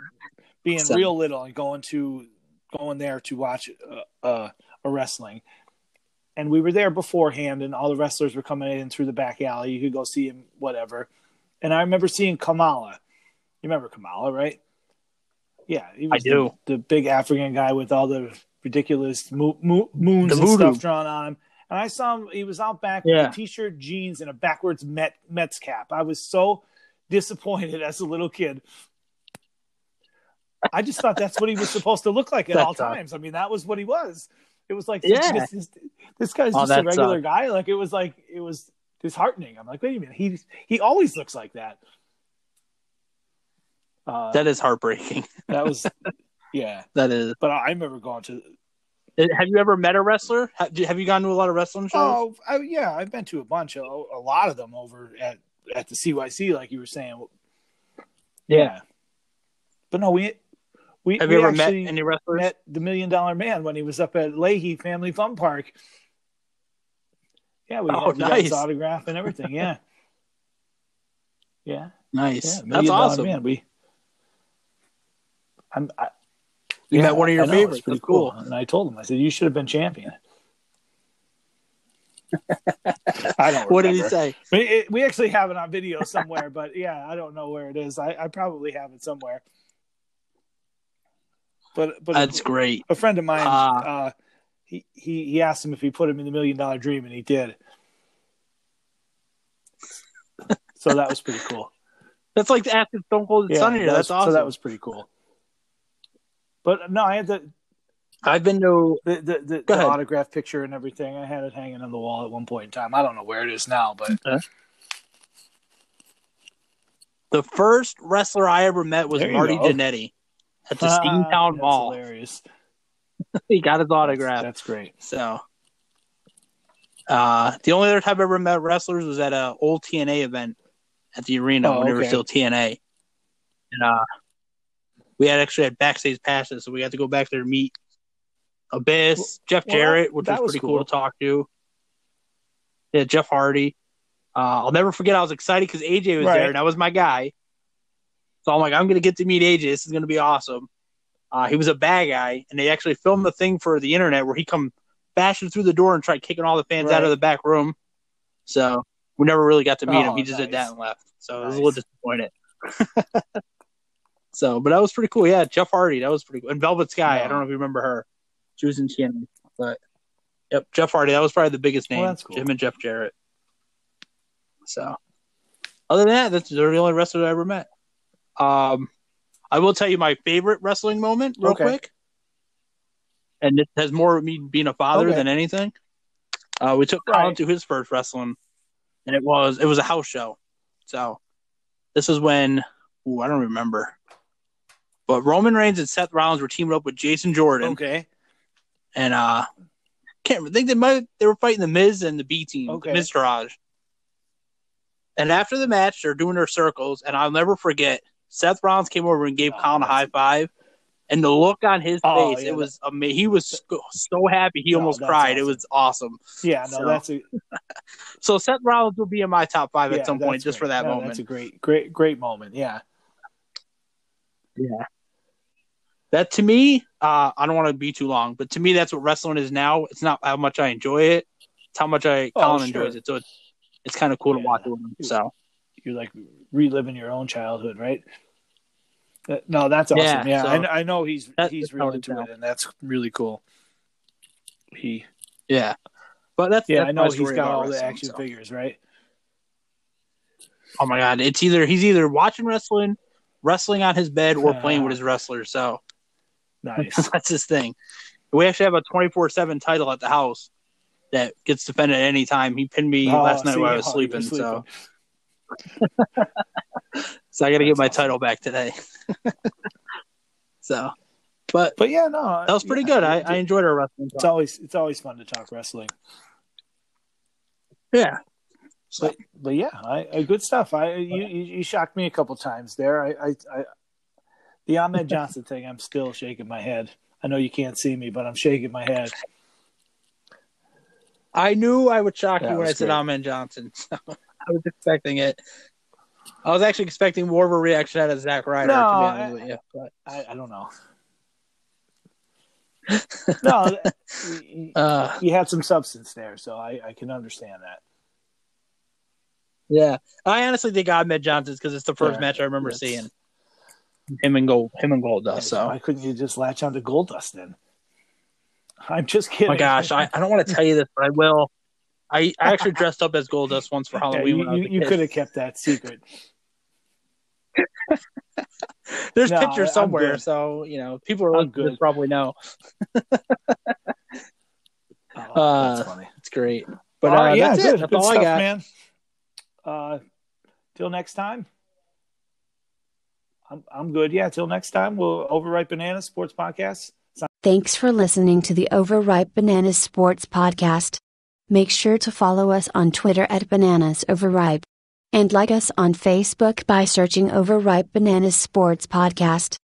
[SPEAKER 1] being
[SPEAKER 2] So-
[SPEAKER 1] real little and going to going there to watch uh, uh, a wrestling, and we were there beforehand, and all the wrestlers were coming in through the back alley. You could go see him, whatever. And I remember seeing Kamala. You remember Kamala, right? Yeah, he was the-
[SPEAKER 2] do.
[SPEAKER 1] The, big African guy with all the ridiculous mo- mo- moons
[SPEAKER 2] The
[SPEAKER 1] and
[SPEAKER 2] voodoo.
[SPEAKER 1] stuff drawn on him. And I saw him. He was out back
[SPEAKER 2] Yeah.
[SPEAKER 1] with a t-shirt, jeans, and a backwards Met, Mets cap. I was so disappointed as a little kid. I just thought that's what he was supposed to look like at
[SPEAKER 2] That
[SPEAKER 1] all
[SPEAKER 2] sucked.
[SPEAKER 1] times. I mean, that was what he was. It was like
[SPEAKER 2] Yeah.
[SPEAKER 1] this, this, this guy's
[SPEAKER 2] Oh,
[SPEAKER 1] just a
[SPEAKER 2] that
[SPEAKER 1] regular guy. Like it was like it was disheartening. I'm like, wait a minute, he he always looks like that. Uh, that,
[SPEAKER 2] That is heartbreaking.
[SPEAKER 1] was yeah.
[SPEAKER 2] That is.
[SPEAKER 1] But I remember going to
[SPEAKER 2] Uh, Have you ever met a wrestler? Have you, have you gone to a lot of wrestling shows?
[SPEAKER 1] oh I, yeah, I've been to a bunch of a lot of them over at at the CYC, like you were saying. but no, we we
[SPEAKER 2] Have
[SPEAKER 1] we
[SPEAKER 2] you ever
[SPEAKER 1] actually,
[SPEAKER 2] met any wrestlers?
[SPEAKER 1] met the Million Dollar Man when he was up at Leahy Family Fun Park. Yeah, we
[SPEAKER 2] Oh,
[SPEAKER 1] had the guy's
[SPEAKER 2] nice.
[SPEAKER 1] autograph and everything. Yeah, yeah, yeah.
[SPEAKER 2] nice.
[SPEAKER 1] Million
[SPEAKER 2] That's
[SPEAKER 1] Dollar
[SPEAKER 2] awesome.
[SPEAKER 1] Man. We, I'm, I,
[SPEAKER 2] You met one of your
[SPEAKER 1] I know, it's
[SPEAKER 2] favorites.
[SPEAKER 1] pretty
[SPEAKER 2] That's cool.
[SPEAKER 1] And I told him, I said, you should have been champion. I don't.
[SPEAKER 2] What did he
[SPEAKER 1] remember.
[SPEAKER 2] say?
[SPEAKER 1] We, it, we actually have it on video somewhere, but yeah, I don't know where it is. I, I probably have it somewhere. But but
[SPEAKER 2] That's great.
[SPEAKER 1] a friend of mine
[SPEAKER 2] Ah.
[SPEAKER 1] uh he, he he asked him if he put him in the million dollar dream and he did so that was pretty cool
[SPEAKER 2] That's like asking Stone Cold and Sunny.
[SPEAKER 1] that
[SPEAKER 2] That's
[SPEAKER 1] was-
[SPEAKER 2] awesome.
[SPEAKER 1] so that was pretty cool but no i had the
[SPEAKER 2] I've been to
[SPEAKER 1] the the, the, the
[SPEAKER 2] Go ahead.
[SPEAKER 1] autograph picture and everything i had it hanging on the wall at one point in time i don't know where it is now but
[SPEAKER 2] the first wrestler I ever met was
[SPEAKER 1] There you
[SPEAKER 2] Marty
[SPEAKER 1] go.
[SPEAKER 2] Jannetty at the
[SPEAKER 1] Ah,
[SPEAKER 2] Steamtown
[SPEAKER 1] that's
[SPEAKER 2] Mall.
[SPEAKER 1] hilarious
[SPEAKER 2] He got his autograph.
[SPEAKER 1] that's great
[SPEAKER 2] So uh, the only other time I ever met wrestlers was at a old TNA event at the arena
[SPEAKER 1] Oh,
[SPEAKER 2] when they were
[SPEAKER 1] okay.
[SPEAKER 2] still TNA. And uh, we had actually had backstage passes, so we got to go back there and meet Abyss, Jeff
[SPEAKER 1] well,
[SPEAKER 2] Jarrett, which was,
[SPEAKER 1] that was
[SPEAKER 2] pretty cool.
[SPEAKER 1] cool.
[SPEAKER 2] to talk to. Yeah, Jeff Hardy. Uh, I'll never forget I was excited because AJ was
[SPEAKER 1] Right.
[SPEAKER 2] there and that was my guy. So I'm like, I'm gonna get to meet AJ. This is gonna be awesome. Uh, he was a bad guy, and they actually filmed the thing for the internet where he come bashing through the door and tried kicking all the fans out
[SPEAKER 1] Right.
[SPEAKER 2] of the back room. So we never really got to meet
[SPEAKER 1] Oh,
[SPEAKER 2] him. He just did
[SPEAKER 1] nice.
[SPEAKER 2] that and left. So I was a
[SPEAKER 1] Nice.
[SPEAKER 2] little disappointed. so, but that was pretty cool. Yeah, Jeff Hardy, that was pretty cool. And Velvet Sky, I
[SPEAKER 1] Yeah.
[SPEAKER 2] don't know if you remember her. She was in TNA, but yep, Jeff Hardy. That was probably the biggest name.
[SPEAKER 1] Well, that's cool.
[SPEAKER 2] Him and Jeff Jarrett. So, other than that, that's they're the only wrestler I ever met. Um, I will tell you my favorite wrestling moment real
[SPEAKER 1] Okay.
[SPEAKER 2] quick, and it has more of me being a father
[SPEAKER 1] Okay.
[SPEAKER 2] than anything. Uh, we took Colin
[SPEAKER 1] Right.
[SPEAKER 2] to his first wrestling, and it was it was a house show. So this is when ooh, I don't remember, but Roman Reigns and Seth Rollins were teamed up with Jason Jordan,
[SPEAKER 1] Okay.
[SPEAKER 2] and uh, can't remember- think they might they were fighting the Miz and the B team,
[SPEAKER 1] Okay.
[SPEAKER 2] okay. Miz Taraj. And after the match, they're doing their circles, and I'll never forget. Seth Rollins came over and gave
[SPEAKER 1] Oh,
[SPEAKER 2] Colin a
[SPEAKER 1] that's-
[SPEAKER 2] high five, and the look on his
[SPEAKER 1] Oh,
[SPEAKER 2] face
[SPEAKER 1] yeah,
[SPEAKER 2] it was amazing. He was so, so happy he
[SPEAKER 1] No,
[SPEAKER 2] almost
[SPEAKER 1] that's
[SPEAKER 2] cried. It
[SPEAKER 1] awesome.
[SPEAKER 2] was awesome.
[SPEAKER 1] Yeah, no,
[SPEAKER 2] So,
[SPEAKER 1] that's a
[SPEAKER 2] So Seth Rollins will be in my top five
[SPEAKER 1] yeah,
[SPEAKER 2] at some point
[SPEAKER 1] that's
[SPEAKER 2] just
[SPEAKER 1] great.
[SPEAKER 2] for that
[SPEAKER 1] No,
[SPEAKER 2] moment.
[SPEAKER 1] That's a great, great, great moment. Yeah.
[SPEAKER 2] that to me, uh, I don't want to be too long, but to me, that's what wrestling is now. It's not how much I enjoy it; it's how much I
[SPEAKER 1] Oh,
[SPEAKER 2] Colin
[SPEAKER 1] sure.
[SPEAKER 2] enjoys it. So it's, it's kind of cool
[SPEAKER 1] Yeah.
[SPEAKER 2] to watch. With him, so
[SPEAKER 1] You're like reliving your own childhood, right? Uh, No, that's
[SPEAKER 2] Yeah,
[SPEAKER 1] awesome. Yeah,
[SPEAKER 2] so-
[SPEAKER 1] I, kn- I know he's
[SPEAKER 2] That-
[SPEAKER 1] he's
[SPEAKER 2] that's how
[SPEAKER 1] real
[SPEAKER 2] it
[SPEAKER 1] into
[SPEAKER 2] is
[SPEAKER 1] it, and that's really cool. He,
[SPEAKER 2] yeah, but that's
[SPEAKER 1] yeah,
[SPEAKER 2] that's
[SPEAKER 1] I know
[SPEAKER 2] my
[SPEAKER 1] he's
[SPEAKER 2] story
[SPEAKER 1] got
[SPEAKER 2] about
[SPEAKER 1] all the
[SPEAKER 2] wrestling,
[SPEAKER 1] action
[SPEAKER 2] so.
[SPEAKER 1] figures, right?
[SPEAKER 2] Oh my god, it's either he's either watching wrestling, wrestling on his bed, or playing
[SPEAKER 1] Uh.
[SPEAKER 2] with his wrestlers. So
[SPEAKER 1] Nice.
[SPEAKER 2] that's his thing. We actually have a twenty four seven title at the house that gets defended at any time. He pinned me
[SPEAKER 1] Oh,
[SPEAKER 2] last night
[SPEAKER 1] see,
[SPEAKER 2] while I
[SPEAKER 1] oh,
[SPEAKER 2] was
[SPEAKER 1] you were
[SPEAKER 2] sleeping, so so I got to get
[SPEAKER 1] That's
[SPEAKER 2] my
[SPEAKER 1] awesome.
[SPEAKER 2] title back today. so, but
[SPEAKER 1] but yeah, no,
[SPEAKER 2] that was pretty good. I, I enjoyed our wrestling.
[SPEAKER 1] it's
[SPEAKER 2] talk.
[SPEAKER 1] always it's always fun to talk wrestling.
[SPEAKER 2] yeah,
[SPEAKER 1] But but yeah, I, I good stuff. I
[SPEAKER 2] Oh,
[SPEAKER 1] you, you you shocked me a couple times there. I I, I the Ahmed Johnson thing. I'm still shaking my head. I know you can't see me, but I'm shaking my head.
[SPEAKER 2] I knew I would shock
[SPEAKER 1] That
[SPEAKER 2] you when I
[SPEAKER 1] was
[SPEAKER 2] said
[SPEAKER 1] great.
[SPEAKER 2] Amen Johnson. So I was expecting it. I was actually expecting more of a reaction out of Zack Ryder.
[SPEAKER 1] No,
[SPEAKER 2] to be
[SPEAKER 1] I-
[SPEAKER 2] honest with you, but-
[SPEAKER 1] I, I don't know. No, you,
[SPEAKER 2] Uh,
[SPEAKER 1] you had some substance there, so I, I can understand that.
[SPEAKER 2] yeah, I honestly think Ahmed Johnson's because it's the first
[SPEAKER 1] Yeah,
[SPEAKER 2] match I remember
[SPEAKER 1] that's-
[SPEAKER 2] seeing him and Gold, him and Gold does. Oh, So,
[SPEAKER 1] Why couldn't you just latch onto Gold Dust then? I'm just kidding.
[SPEAKER 2] Oh my gosh, I, I don't want to tell you this, but I will. I, I actually dressed up as Goldust once for
[SPEAKER 1] Yeah,
[SPEAKER 2] Halloween.
[SPEAKER 1] you
[SPEAKER 2] when I was
[SPEAKER 1] you,
[SPEAKER 2] a
[SPEAKER 1] you
[SPEAKER 2] kid.
[SPEAKER 1] could have kept that secret.
[SPEAKER 2] There's
[SPEAKER 1] No, I- I'm
[SPEAKER 2] pictures somewhere,
[SPEAKER 1] good.
[SPEAKER 2] so you know people are
[SPEAKER 1] I'm
[SPEAKER 2] listening to
[SPEAKER 1] good.
[SPEAKER 2] this probably know.
[SPEAKER 1] Oh,
[SPEAKER 2] Uh,
[SPEAKER 1] that's funny.
[SPEAKER 2] It's great, but
[SPEAKER 1] All
[SPEAKER 2] uh,
[SPEAKER 1] right, Oh, yeah,
[SPEAKER 2] that's
[SPEAKER 1] good,
[SPEAKER 2] it. That's
[SPEAKER 1] good
[SPEAKER 2] all
[SPEAKER 1] stuff,
[SPEAKER 2] I got.
[SPEAKER 1] man. Uh, till next time. I'm I'm good. Yeah, till next time. We'll overripe banana sports podcast.
[SPEAKER 3] Thanks for listening to the Overripe Bananas Sports Podcast. Make sure to follow us on Twitter at Bananas Overripe. And like us on Facebook by searching Overripe Bananas Sports Podcast.